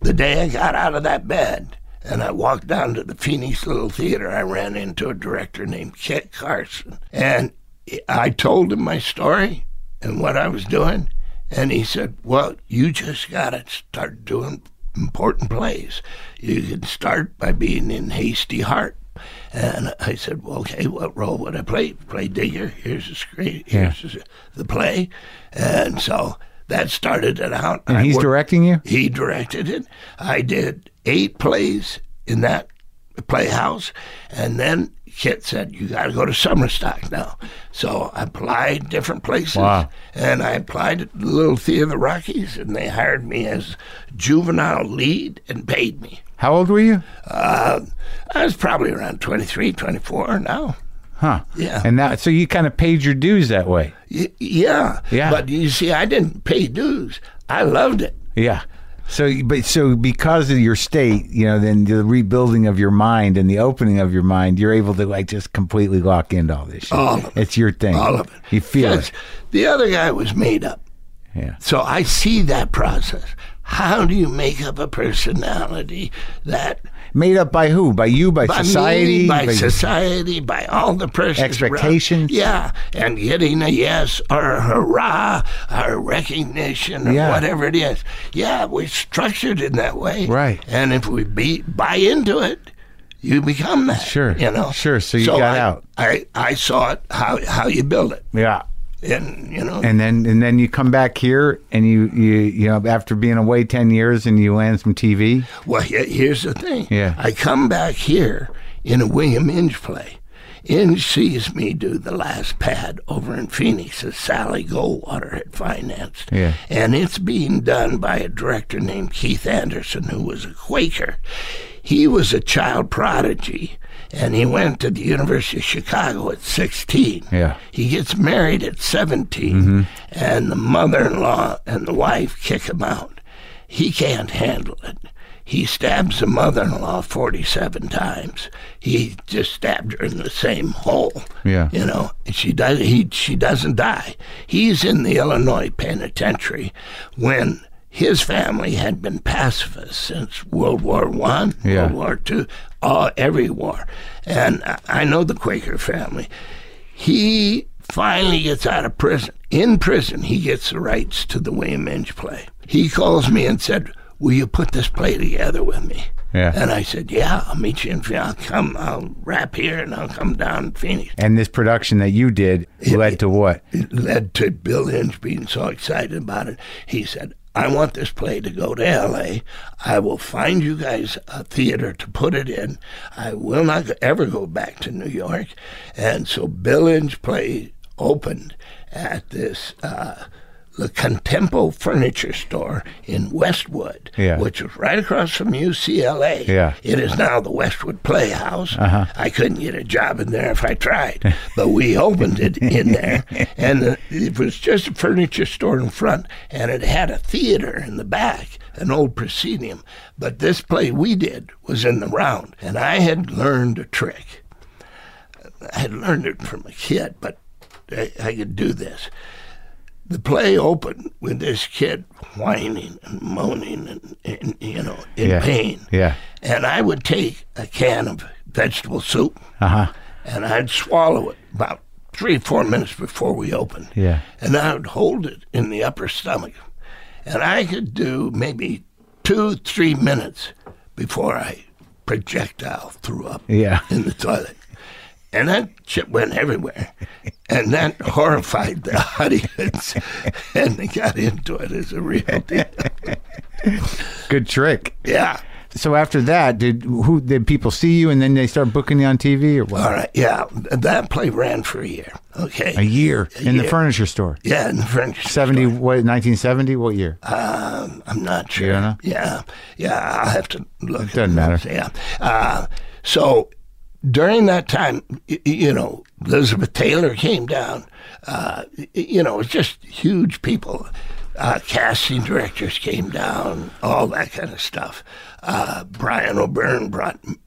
C: the day I got out of that bed and I walked down to the Phoenix Little Theater, I ran into a director named Kit Carson. And I told him my story and what I was doing. And he said, Well, you just got to start doing important plays. You can start by being in Hasty Heart. And I said, well, okay, what role would I play? Play Digger. Here's the screen. Here's the- the play. And so that started it out.
A: And
C: I
A: he's
C: worked-
A: directing you.
C: He directed it. I did eight plays in that playhouse. And then Kit said, you got to go to summer stock now. So I applied different places.
A: Wow.
C: And I applied at the Little Theater of the Rockies. And they hired me as juvenile lead and paid me.
A: How old were you?
C: I was probably around 23, 24 now.
A: Huh.
C: Yeah.
A: And that so you kind of paid your dues that way.
C: Y- yeah.
A: Yeah.
C: But you see, I didn't pay dues. I loved it.
A: Yeah. So, but so because of your state, you know, then the rebuilding of your mind and the opening of your mind, you're able to like just completely lock into all this shit.
C: All of it.
A: It's your thing.
C: All of it.
A: You feel
C: Yes.
A: it.
C: The other guy was made up.
A: Yeah.
C: So I see that process. How do you make up a personality that
A: Made up by who? By you? By,
C: by me,
A: society?
C: by, society, by all the pressures, around-
A: Expectations.
C: Yeah, and getting a yes or a hurrah or recognition or
A: Yeah.
C: whatever it is. Yeah, we're structured in that way.
A: Right.
C: And if we be, buy into it, you become that.
A: Sure,
C: You know.
A: sure, so you got
C: I,
A: out.
C: I I saw it how how you build it,
A: Yeah.
C: and you know.
A: And then and then you come back here and you you you know after being away ten years and you land some TV.
C: Well, he- here's the thing.
A: Yeah.
C: I come back here in a William Inge play. Inge sees me do the last pad over in Phoenix that Sally Goldwater had financed.
A: Yeah.
C: And it's being done by a director named Keith Anderson, who was a Quaker. He was a child prodigy, and he went to the University of Chicago at 16.
A: Yeah.
C: He gets
A: Mm-hmm.
C: married at 17, and the mother in law and the wife kick him out. He can't handle it. He stabs the mother in law 47 times. He just stabbed her in the same hole.
A: Yeah.
C: You know, and she, does, he, she doesn't die. He's in the Illinois penitentiary when his family had been pacifists since World War One,
A: Yeah.
C: World War Two, all, every war. And I- I know the Quaker family he finally gets out of prison. In prison, he gets the rights to the William Inge play. He calls me and said, "Will you put this play together with me?"
A: Yeah.
C: And I said, "Yeah, I'll meet you in Phoenix. I'll come. I'll rap here and I'll come down to Phoenix."
A: And this production that you did led to what?
C: It led to Bill Inge being so excited about it. He said, "I want this play to go to L.A. I will find you guys a theater to put it in. I will not ever go back to New York." And so Bill Inge play opened at this. Uh, the Contempo Furniture Store in Westwood,
A: Yeah.
C: which was right across from UCLA.
A: Yeah.
C: It is now the Westwood Playhouse. I couldn't get a job in there if I tried, but we opened it in there, and the- it was just a furniture store in front, and it had a theater in the back, an old proscenium. But this play we did was in the round, and I had learned a trick. I had learned it from a kid, but I, I could do this. The play opened with this kid whining and moaning and, and you know, in
A: Yeah.
C: pain
A: Yeah.
C: and I would take a can of vegetable soup
A: Uh huh.
C: and I'd swallow it about three, four minutes before we opened.
A: Yeah.
C: And I would hold it in the upper stomach. And I could do maybe two, three minutes before I projectile threw up
A: Yeah.
C: in the toilet. And that shit went everywhere. And that horrified the audience. and they got into it as a real deal.
A: Good trick.
C: Yeah.
A: So after that, did who did people see you and then they start booking you on TV or what?
C: All right. Yeah. That play ran for a year. Okay.
A: A year in the
C: year.
A: furniture store.
C: Yeah, in the French.
A: Seventy what? Nineteen seventy? What year?
C: Um, I'm not sure.
A: don't know?
C: Yeah, yeah. I'll have to look. It
A: doesn't matter.
C: Yeah. Uh, so during that time, y- y- you know, Elizabeth Taylor came down. Uh, y- you know, it was just huge people. Uh, casting directors came down, all that kind of stuff. Uh, Brian O'Byrne brought m-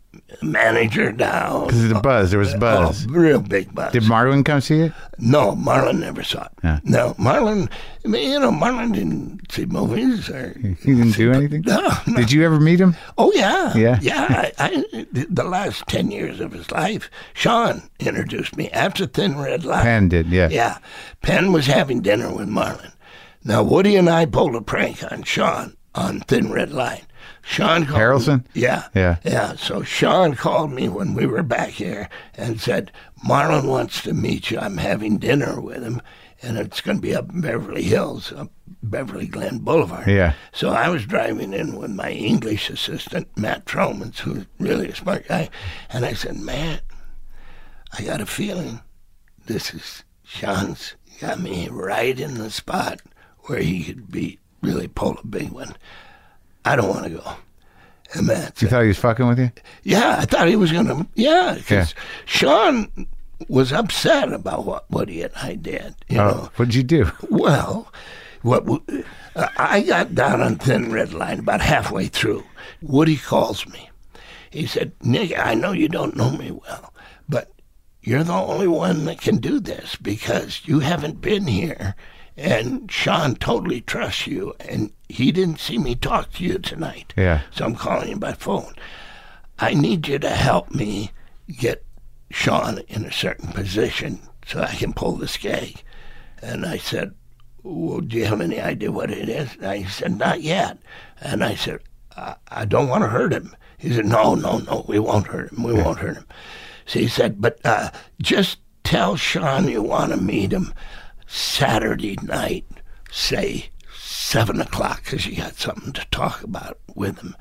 C: manager down.
A: This is the buzz. There was a buzz.
C: Oh, real big buzz.
A: Did Marwin come see it?
C: No, Marlon never saw it.
A: Yeah.
C: No, Marlon, I mean, you know, Marlon didn't see movies. Or,
A: He didn't do anything.
C: no, no.
A: Did you ever meet him?
C: Oh, yeah.
A: Yeah.
C: Yeah. I, I, the last 10 years of his life, Sean introduced me after Thin Red Line.
A: Penn did. Yeah.
C: Yeah. Penn was having dinner with Marlon. Now, Woody and I pulled a prank on Sean on Thin Red Line. Sean called.
A: Harrelson?
C: Yeah.
A: Yeah.
C: Yeah. So Sean called me when we were back here and said, Marlon wants to meet you. I'm having dinner with him, and it's going to be up in Beverly Hills, up Beverly Glen Boulevard.
A: Yeah.
C: So I was driving in with my English assistant, Matt Tromans, who's really a smart guy, and I said, Matt, I got a feeling this is Sean's got me right in the spot where he could be really pull a big one. I don't want to go. And Matt
A: You
C: said,
A: thought he was fucking with you?
C: yeah, I thought he was going to, yeah,
A: Yeah.
C: because Sean was upset about what Woody and I did, you know.
A: What'd you do?
C: Well, what w- uh, I got down on thin red line about halfway through. Woody calls me. He said, "Nick, I know you don't know me well, but you're the only one that can do this because you haven't been here, and Sean totally trusts you, and he didn't see me talk to you tonight.
A: Yeah.
C: so I'm calling you by phone. I need you to help me get Sean in a certain position so I can pull this gag." And I said, well, do you have any idea what it is? And I said, not yet. And I said, I, I don't want to hurt him. He said, no, no, no, we won't hurt him. We won't hurt him. So he said, but uh, just tell Sean you want to meet him Saturday night, say 7 o'clock, because you got something to talk about with him.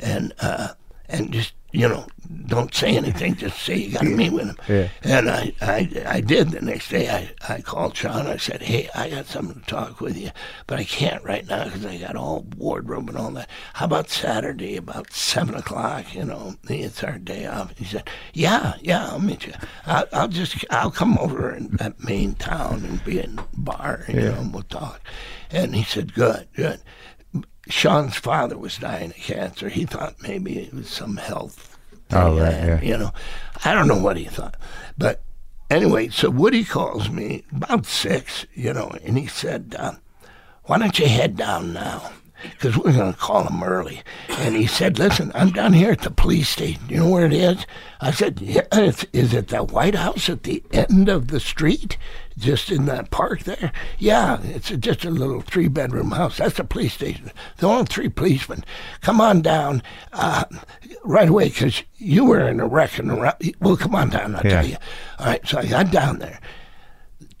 C: And, uh, and just, you know, don't say anything. Just say you got to meet with him.
A: Yeah.
C: And I, I, I did the next day. I, I called Sean. I said, Hey, I got something to talk with you, but I can't right now because I got all wardrobe and all that. How about Saturday, about 7 o'clock? You know, it's our day off. He said, Yeah, yeah, I'll meet you. I'll, I'll just, I'll come over in that main town and be in the bar, you know, and we'll talk. And he said, Good, good. Sean's father was dying of cancer. He thought maybe it was some health.
A: Oh, right,
C: thing,
A: yeah.
C: You know, I don't know what he thought. But anyway, so Woody calls me about six, you know, and he said, uh, why don't you head down now? Because we're going to call him early. And he said, listen, I'm down here at the police station. You know where it is? I said, yeah, it's, is it that White House at the end of the street? Just in that park there? Yeah, it's just a little three bedroom house. That's the police station. There are only three policemen. Come on down uh, right away because you were in a wreck. And around. Well, come on down, I'll
A: Yeah.
C: tell you. All right, so I got down there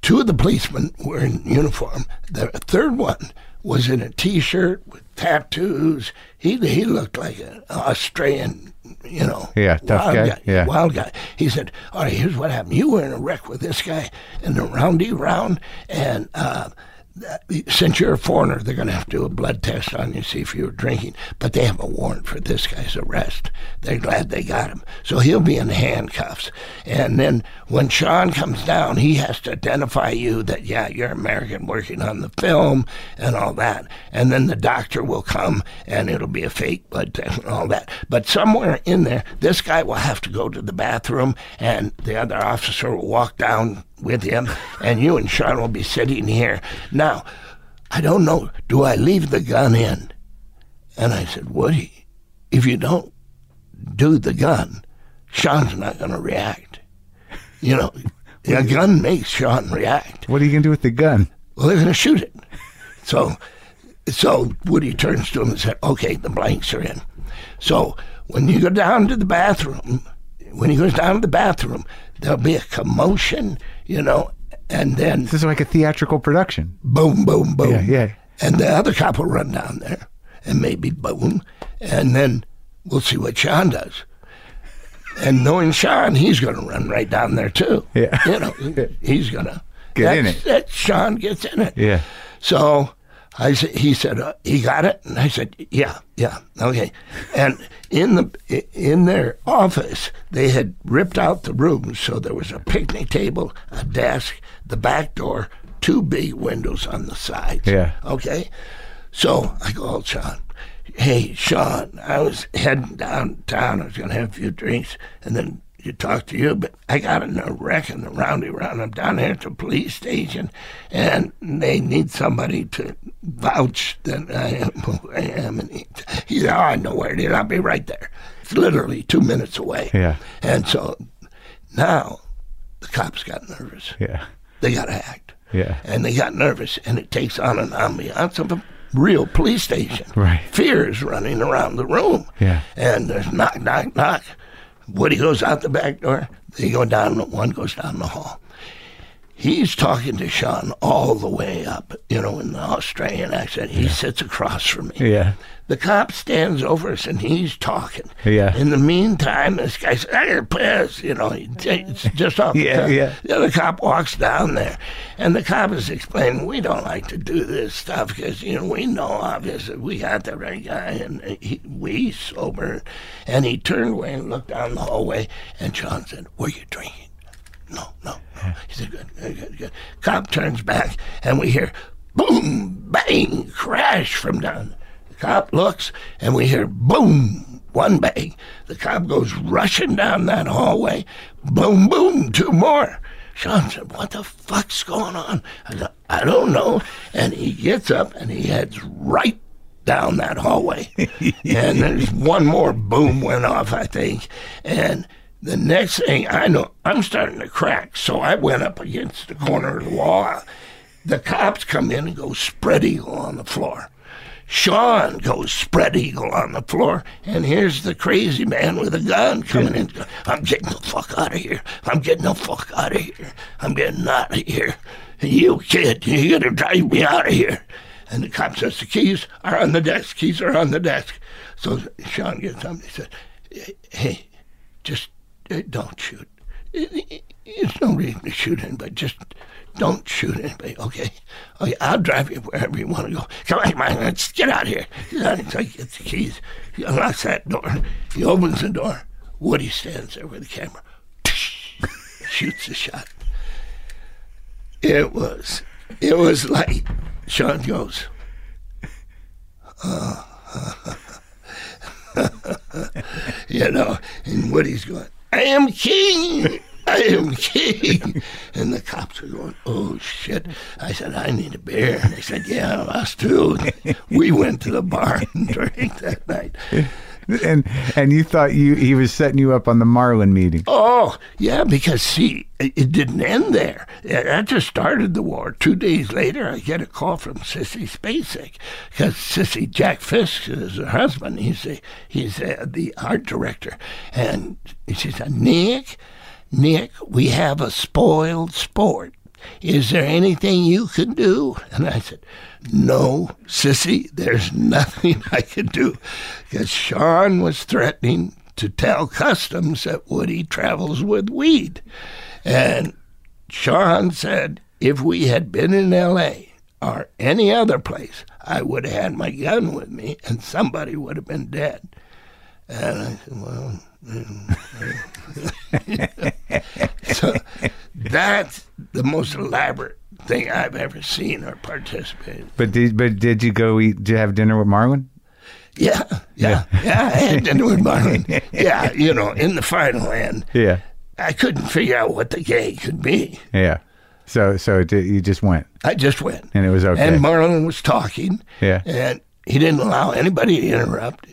C: two of the policemen were in uniform. The third one was in a T-shirt with tattoos. He he looked like an Australian, you know,
A: Yeah, tough
C: wild
A: guy, yeah.
C: wild guy. He said, "All right, here's what happened. You were in a wreck with this guy in the roundy round, and uh, that- since you're a foreigner, they're going to have to do a blood test on you see if you were drinking. But they have a warrant for this guy's arrest. They're glad they got him, so he'll be in handcuffs. And then when Sean comes down, he has to identify you that yeah, you're American, working on the film and all that. And then the doctor will come and it'll be a fake blood test and all that. But somewhere in there, this guy will have to go to the bathroom and the other officer will walk down with him and you and Sean will be sitting here. Now, I don't know, do I leave the gun in? And I said, Woody, if you don't do the gun, Sean's not going to react. You know, a gun makes Sean react.
A: What are you gonna do with the gun?
C: Well, they're going to shoot it. So, so Woody turns to him and said, "Okay, the blanks are in." So when you go down to the bathroom, when he goes down to the bathroom, there'll be a commotion, you know, and then
A: This is like a theatrical production.
C: boom, boom, boom.
A: Yeah, yeah.
C: And the other cop will run down there and maybe boom. And then we'll see what Sean does. And knowing Sean, he's going to run right down there too.
A: Yeah.
C: You know, he's going to
A: Get in it.
C: That Sean gets in it.
A: Yeah.
C: So I said, he said, uh, he got it, and I said, yeah, yeah, okay. And in the in their office, they had ripped out the rooms, so there was a picnic table, a desk, the back door, two big windows on the sides.
A: Yeah.
C: Okay. So I called Sean. Hey, Sean, I was heading downtown. I was going to have a few drinks and then you talk to you, but I got in a wreck in the roundy round. I'm down here at the police station and they need somebody to vouch that I am who I am. And he, he said, Oh, I know where it is. I'll be right there. It's literally two minutes away.
A: Yeah.
C: And so now the cops got nervous
A: Yeah.
C: they got to act.
A: Yeah.
C: And they got nervous, and it takes on an ambiance of a real police station.
A: Right.
C: Fear is running around the room.
A: Yeah.
C: And there's knock, knock, knock. Woody goes out the back door. They go down, one goes down the hall. He's talking to Sean all the way up, you know, in the Australian accent. He sits across from me.
A: Yeah.
C: The cop stands over us and he's talking.
A: Yeah.
C: In the meantime, this guy says, I got piss. You know, he- it's just off
A: Yeah,
C: the cuff.
A: yeah.
C: The other cop walks down there, and the cop is explaining, We don't like to do this stuff because, you know, we know obviously we got the right guy, and he, we sober. And he turned away and looked down the hallway, and Sean said, Were you drinking? no, no. no. He said, good, good, good, good. Cop turns back, and we hear boom, bang, crash from down. The cop looks, and we hear boom, one bang. The cop goes rushing down that hallway, boom, boom, two more. Sean said, what the fuck's going on? I said, I don't know. And he gets up, and he heads right down that hallway. and there's one more boom went off, I think. And the next thing I know, I'm starting to crack. So I went up against the corner of the wall. The cops come in and go spread eagle on the floor. Sean goes spread eagle on the floor, and here's the crazy man with a gun coming in. I'm getting the fuck out of here. I'm getting the fuck out of here. I'm getting out of here. You kid, you're gonna drive me out of here. And the cop says, The keys are on the desk. Keys are on the desk. So Sean gets up and he says, Hey, just uh, don't shoot. It- it- It's no reason to shoot anybody. Just don't shoot anybody, okay? okay I'll drive you wherever you want to go. Come on, come on, let's get out of here. He's out, so he gets the keys. He unlocks that door. He opens the door. Woody stands there with the camera. Shoots a shot. It was, it was like, Sean goes, you know, and Woody's going, I am king. I am king. and the cops are going, oh, shit. I said, I need a beer. And they said, yeah, us too. we went to the bar and drank that night.
A: and and you thought you he was setting you up on the Marlin meeting.
C: Oh, yeah, because see, it it didn't end there. It- That just started the war. Two days later, I get a call from Sissy Spacek because Sissy Jack Fisk is her husband. He's the, he's uh the art director, and she said, "Nick, Nick, we have a spoiled sport." Is there anything you can do? And I said, No, sissy, there's nothing I can do. Because Sean was threatening to tell customs that Woody travels with weed. And Sean said, If we had been in L.A. or any other place, I would have had my gun with me and somebody would have been dead. And I said, Well, so that's the most elaborate thing I've ever seen or participated. in.
A: But did but did you go eat? Did you have dinner with Marlin?
C: Yeah, yeah, yeah. I had to do it, Marlon. Yeah, you know, in the final end,
A: Yeah,
C: I couldn't figure out what the gay could be.
A: yeah. So so it, you just went
C: I just went.
A: and it was okay.
C: And Marlon was talking.
A: Yeah.
C: And he didn't allow anybody to interrupt.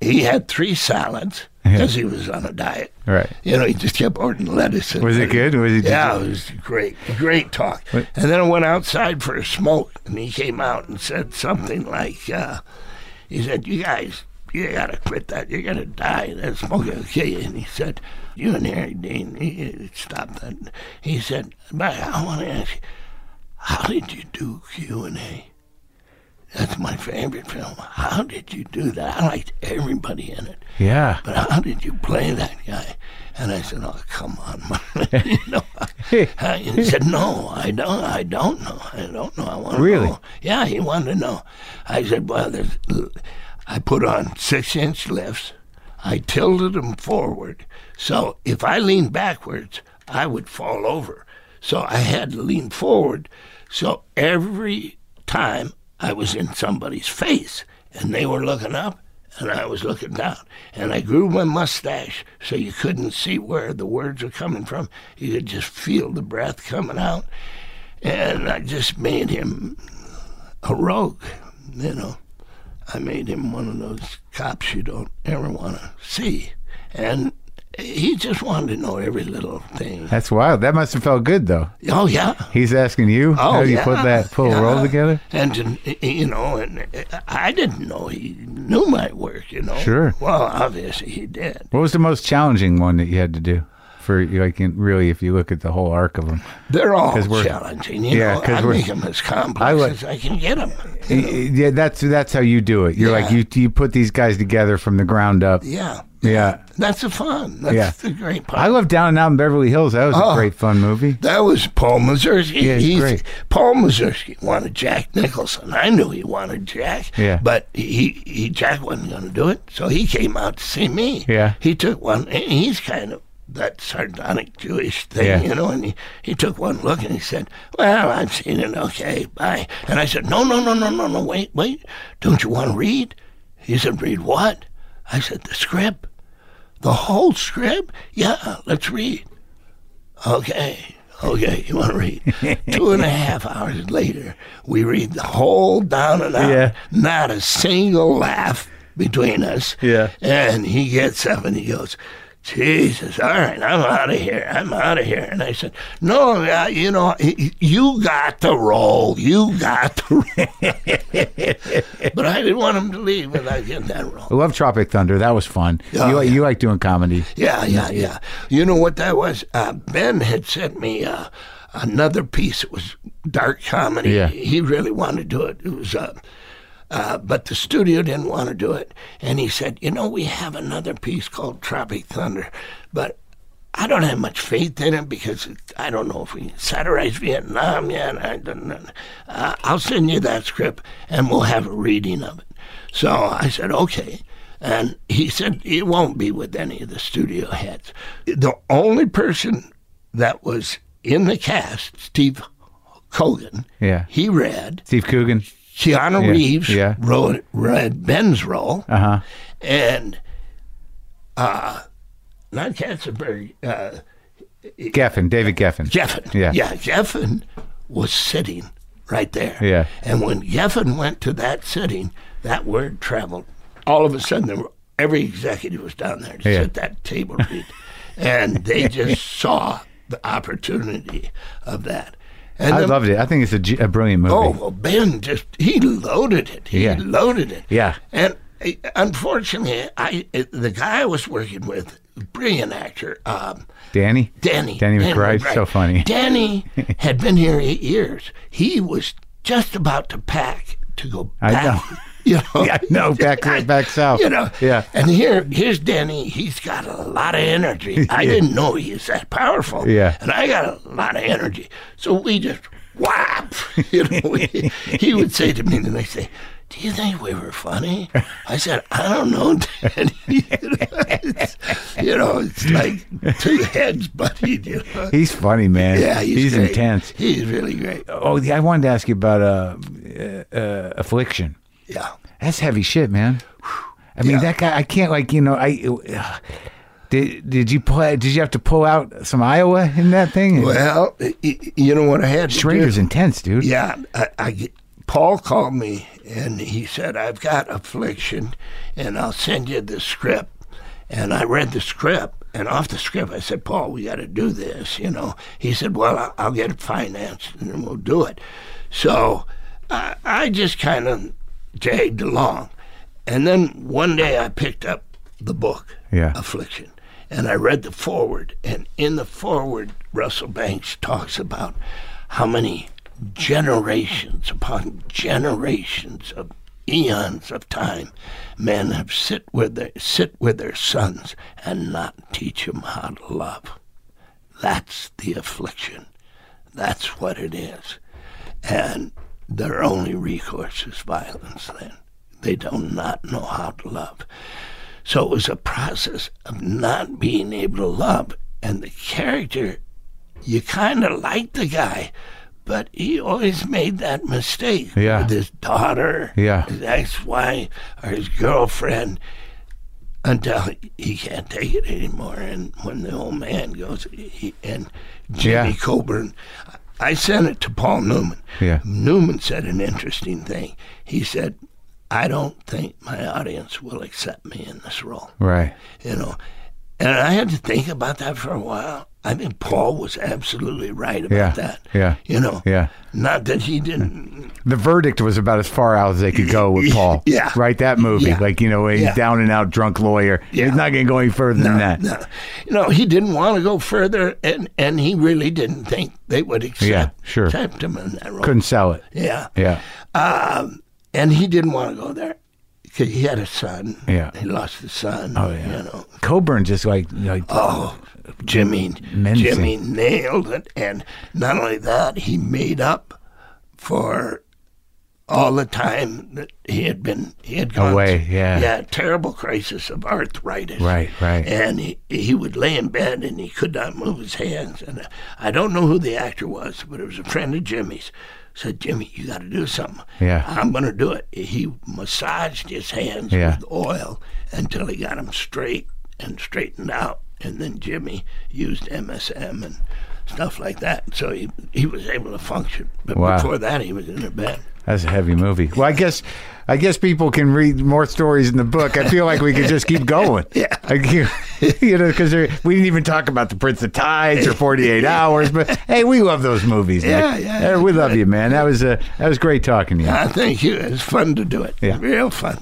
C: He had three salads because he was on a diet.
A: Right.
C: You know, he just kept ordering lettuce. and-
A: Was it good? Was it-
C: yeah, it was great. Great talk. And then I went outside for a smoke, and he came out and said something like, uh, he said, you guys, you got to quit that. You're going to die. That smoking will kill you. And he said, you and Harry Dean, you- you stop that. He said, but I want to ask you, how did you do Q&A? That's my favorite film. How did you do that? I liked everybody in it.
A: yeah.
C: But how did you play that guy? And I said, Oh, come on, man. you know, I- I- and he said, No, I don't. I don't know. I don't know. I want to
A: Really?
C: know. Yeah, he wanted to know. I said, Well, there's, I put on six-inch lifts. I tilted them forward, so if I leaned backwards, I would fall over. So I had to lean forward. So every time I was in somebody's face, and they were looking up, and I was looking down, and I grew my mustache so you couldn't see where the words were coming from. You could just feel the breath coming out, and I just made him a rogue, you know. I made him one of those cops you don't ever want to see, and he just wanted to know every little thing.
A: That's wild. That must have felt good though.
C: Oh yeah,
A: He's asking you
C: Oh,
A: how you
C: yeah.
A: put that pull
C: Yeah.
A: roll together.
C: And to- you know, and I didn't know he knew my work. You know,
A: Sure.
C: Well, obviously he did.
A: What was the most challenging one that you had to do for like in, really if you look at the whole arc of them?
C: They're all
A: 'Cause we're-
C: challenging. You
A: Yeah,
C: know,
A: 'cause
C: I
A: we're-
C: make them as complex
A: I like-
C: as I can get them.
A: Yeah, that's that's how you do it. You're like
C: Yeah.
A: you you put these guys together from the ground up.
C: Yeah,
A: Yeah.
C: that's the fun. That's
A: Yeah.
C: the great part.
A: I love Down and Out in Beverly Hills. That was a
C: Oh.
A: great fun movie.
C: That was Paul Mazursky.
A: Yeah, he's great.
C: Paul Mazursky wanted Jack Nicholson. I knew he wanted Jack.
A: Yeah.
C: But he, he Jack wasn't going to do it, so he came out to see me.
A: Yeah.
C: He took one, and he's kind of that sardonic Jewish thing,
A: Yeah.
C: you know, and he, he took one look and he said, Well, I've seen it, okay, bye. And I said, No, no, no, no, no, no, wait, wait. Don't you want to read? He said, Read what? I said, The script. The whole script? Yeah, let's read. Okay, okay, you want to read? Two and a half hours later, we read the whole down and out.
A: Yeah.
C: Not a single laugh between us.
A: Yeah.
C: And he gets up and he goes, Jesus, all right, I'm out of here. I'm out of here. And I said, No, uh, you know, y- y- you got the role. You got the role. but I didn't want him to leave without getting that role.
A: I love Tropic Thunder. That was fun.
C: Oh,
A: you like
C: yeah.
A: you like doing comedy.
C: Yeah, yeah, yeah. You know what that was? Uh, ben had sent me uh, another piece. It was dark comedy.
A: Yeah.
C: He really wanted to do it. It was, uh, uh, but the studio didn't want to do it. And he said, you know, we have another piece called Tropic Thunder, but I don't have much faith in it because it, I don't know if we satirize Vietnam yet. I don't know. Uh, I'll send you that script and we'll have a reading of it. So I said, okay. And he said, it won't be with any of the studio heads. The only person that was in the cast, Steve Cogan,
A: Yeah.
C: he read
A: Steve Coogan.
C: Keanu
A: Yeah,
C: Reeves
A: yeah.
C: wrote, read Ben's role,
A: Uh huh.
C: and uh, not Katzenberg, uh,
A: Geffen, David Geffen.
C: Geffen.
A: Yeah.
C: yeah, Geffen was sitting right there.
A: Yeah.
C: and when Geffen went to that sitting, that word traveled. All of a sudden, there were, every executive was down there to
A: Yeah.
C: sit that table read, and they just saw the opportunity of that. And
A: I
C: the-
A: loved it. I think it's a, ge- a brilliant movie.
C: Oh well, Ben just he loaded it. He
A: Yeah.
C: loaded it.
A: Yeah.
C: And uh, unfortunately, I uh, the guy I was working with, brilliant actor, um,
A: Danny.
C: Danny.
A: Danny McBride. So funny.
C: Danny had been here eight years. He was just about to pack to go
A: I
C: back.
A: know.
C: You know,
A: Yeah, I know, back- back south.
C: You know,
A: Oh, Yeah.
C: And here, here's Danny. He's got a lot of energy. I didn't know he was that powerful.
A: Yeah.
C: and I got a lot of energy. So we just whap. You know, we, he would say to me the next day. Do you think we were funny? I said, I don't know, Danny. you, know, it's, you know, it's like two heads butting. You know?
A: He's funny, man.
C: Yeah, he's, great.
A: intense.
C: He's really great.
A: Oh, yeah, I wanted to ask you about uh, uh, uh, affliction.
C: Yeah,
A: That's heavy shit, man. I mean,
C: Yeah.
A: that guy. I can't like you know. I uh, did. Did you play? Did you have to pull out some Iowa in that thing?
C: Well, y- y- you know what I had. to do?
A: Schrader's intense, dude.
C: Yeah, I, I get- Paul called me and he said, "I've got affliction, and I'll send you the script." And I read the script, and off the script, I said, "Paul, we got to do this." You know, he said, "Well, I- I'll get it financed, and then we'll do it." So I, I just kind of jagged along, and then one day I picked up the book,
A: Yeah.
C: affliction. And I read the forward, and in the forward, Russell Banks talks about how many generations upon generations of eons of time men have sit with their sit with their sons and not teach them how to love. That's the affliction. That's what it is. And their only recourse is violence then. They do not know how to love. So it was a process of not being able to love. And the character, you kind of liked the guy, but he always made that mistake
A: Yeah.
C: with his daughter,
A: Yeah.
C: his ex wife, or his girlfriend until he can't take it anymore. And when the old man goes, he, and Jimmy
A: Yeah.
C: Coburn, I sent it to Paul Newman.
A: Yeah.
C: Newman said an interesting thing. He said, I don't think my audience will accept me in this role,
A: Right.
C: you know. And I had to think about that for a while. I think Paul was absolutely right about
A: Yeah.
C: that.
A: Yeah.
C: You know,
A: Yeah.
C: not that he didn't
A: The verdict was about as far out as they could go with Paul.
C: Yeah.
A: Right. That movie,
C: Yeah.
A: like you know, he's
C: Yeah.
A: down and out drunk lawyer.
C: Yeah.
A: He's not gonna go any further than that.
C: Uh, No, no, he didn't want to go further, and, and he really didn't think they would accept,
A: Yeah, sure.
C: accept him in that role.
A: Couldn't sell it.
C: Yeah.
A: Yeah.
C: Um, and he didn't want to go there because he had a son.
A: Yeah.
C: He lost his son.
A: Oh, yeah.
C: You know.
A: Coburn just like like
C: Oh, Jimmy,
A: Menacing.
C: Jimmy nailed it, and not only that, he made up for all the time that he had been he had gone
A: Away,
C: through-
A: yeah.
C: yeah, terrible crisis of arthritis,
A: Right, right.
C: and he he would lay in bed and he could not move his hands, and uh, I don't know who the actor was, but it was a friend of Jimmy's. Said Jimmy, you got to do something.
A: Yeah.
C: I'm going to do it. He massaged his hands
A: Yeah.
C: with oil until he got him straight and straightened out. And then Jimmy used MSM and stuff like that. So he, he was able to function. But
A: Wow.
C: before that, he was in a bed.
A: That's a heavy movie. Well, I guess, I guess people can read more stories in the book. I feel like we could just keep going.
C: Yeah.
A: Like, you, you know, because we didn't even talk about the Prince of Tides or Forty Eight Hours, but hey, we love those movies. Nick. Uh,
C: Yeah, yeah, yeah.
A: we love you, man. That was uh, that was great talking to you.
C: I think it was fun to do it.
A: Yeah.
C: Real fun.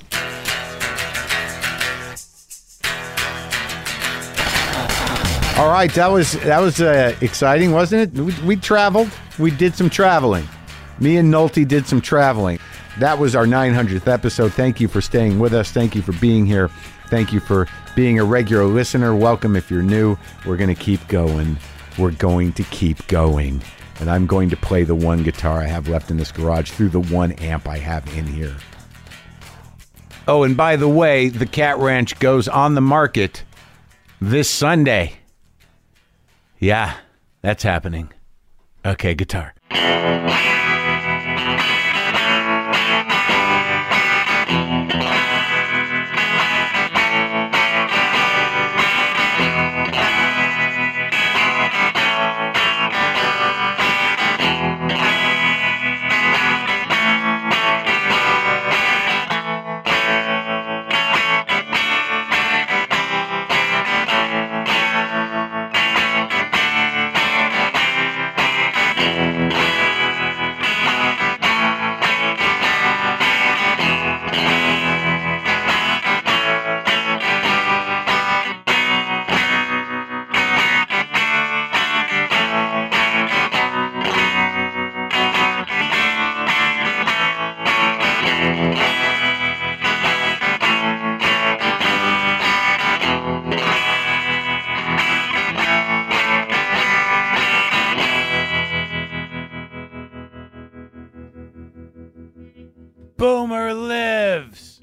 A: All right, that was that was uh, exciting, wasn't it? We, we traveled. We did some traveling. Me and Nolte did some traveling. That was our 900th episode. Thank you for staying with us. Thank you for being here. Thank you for being a regular listener. Welcome if you're new. We're going to keep going. We're going to keep going. And I'm going to play the one guitar I have left in this garage through the one amp I have in here. Oh, and by the way, the Cat Ranch goes on the market this Sunday. Yeah, that's happening. Okay, guitar. Boomer lives.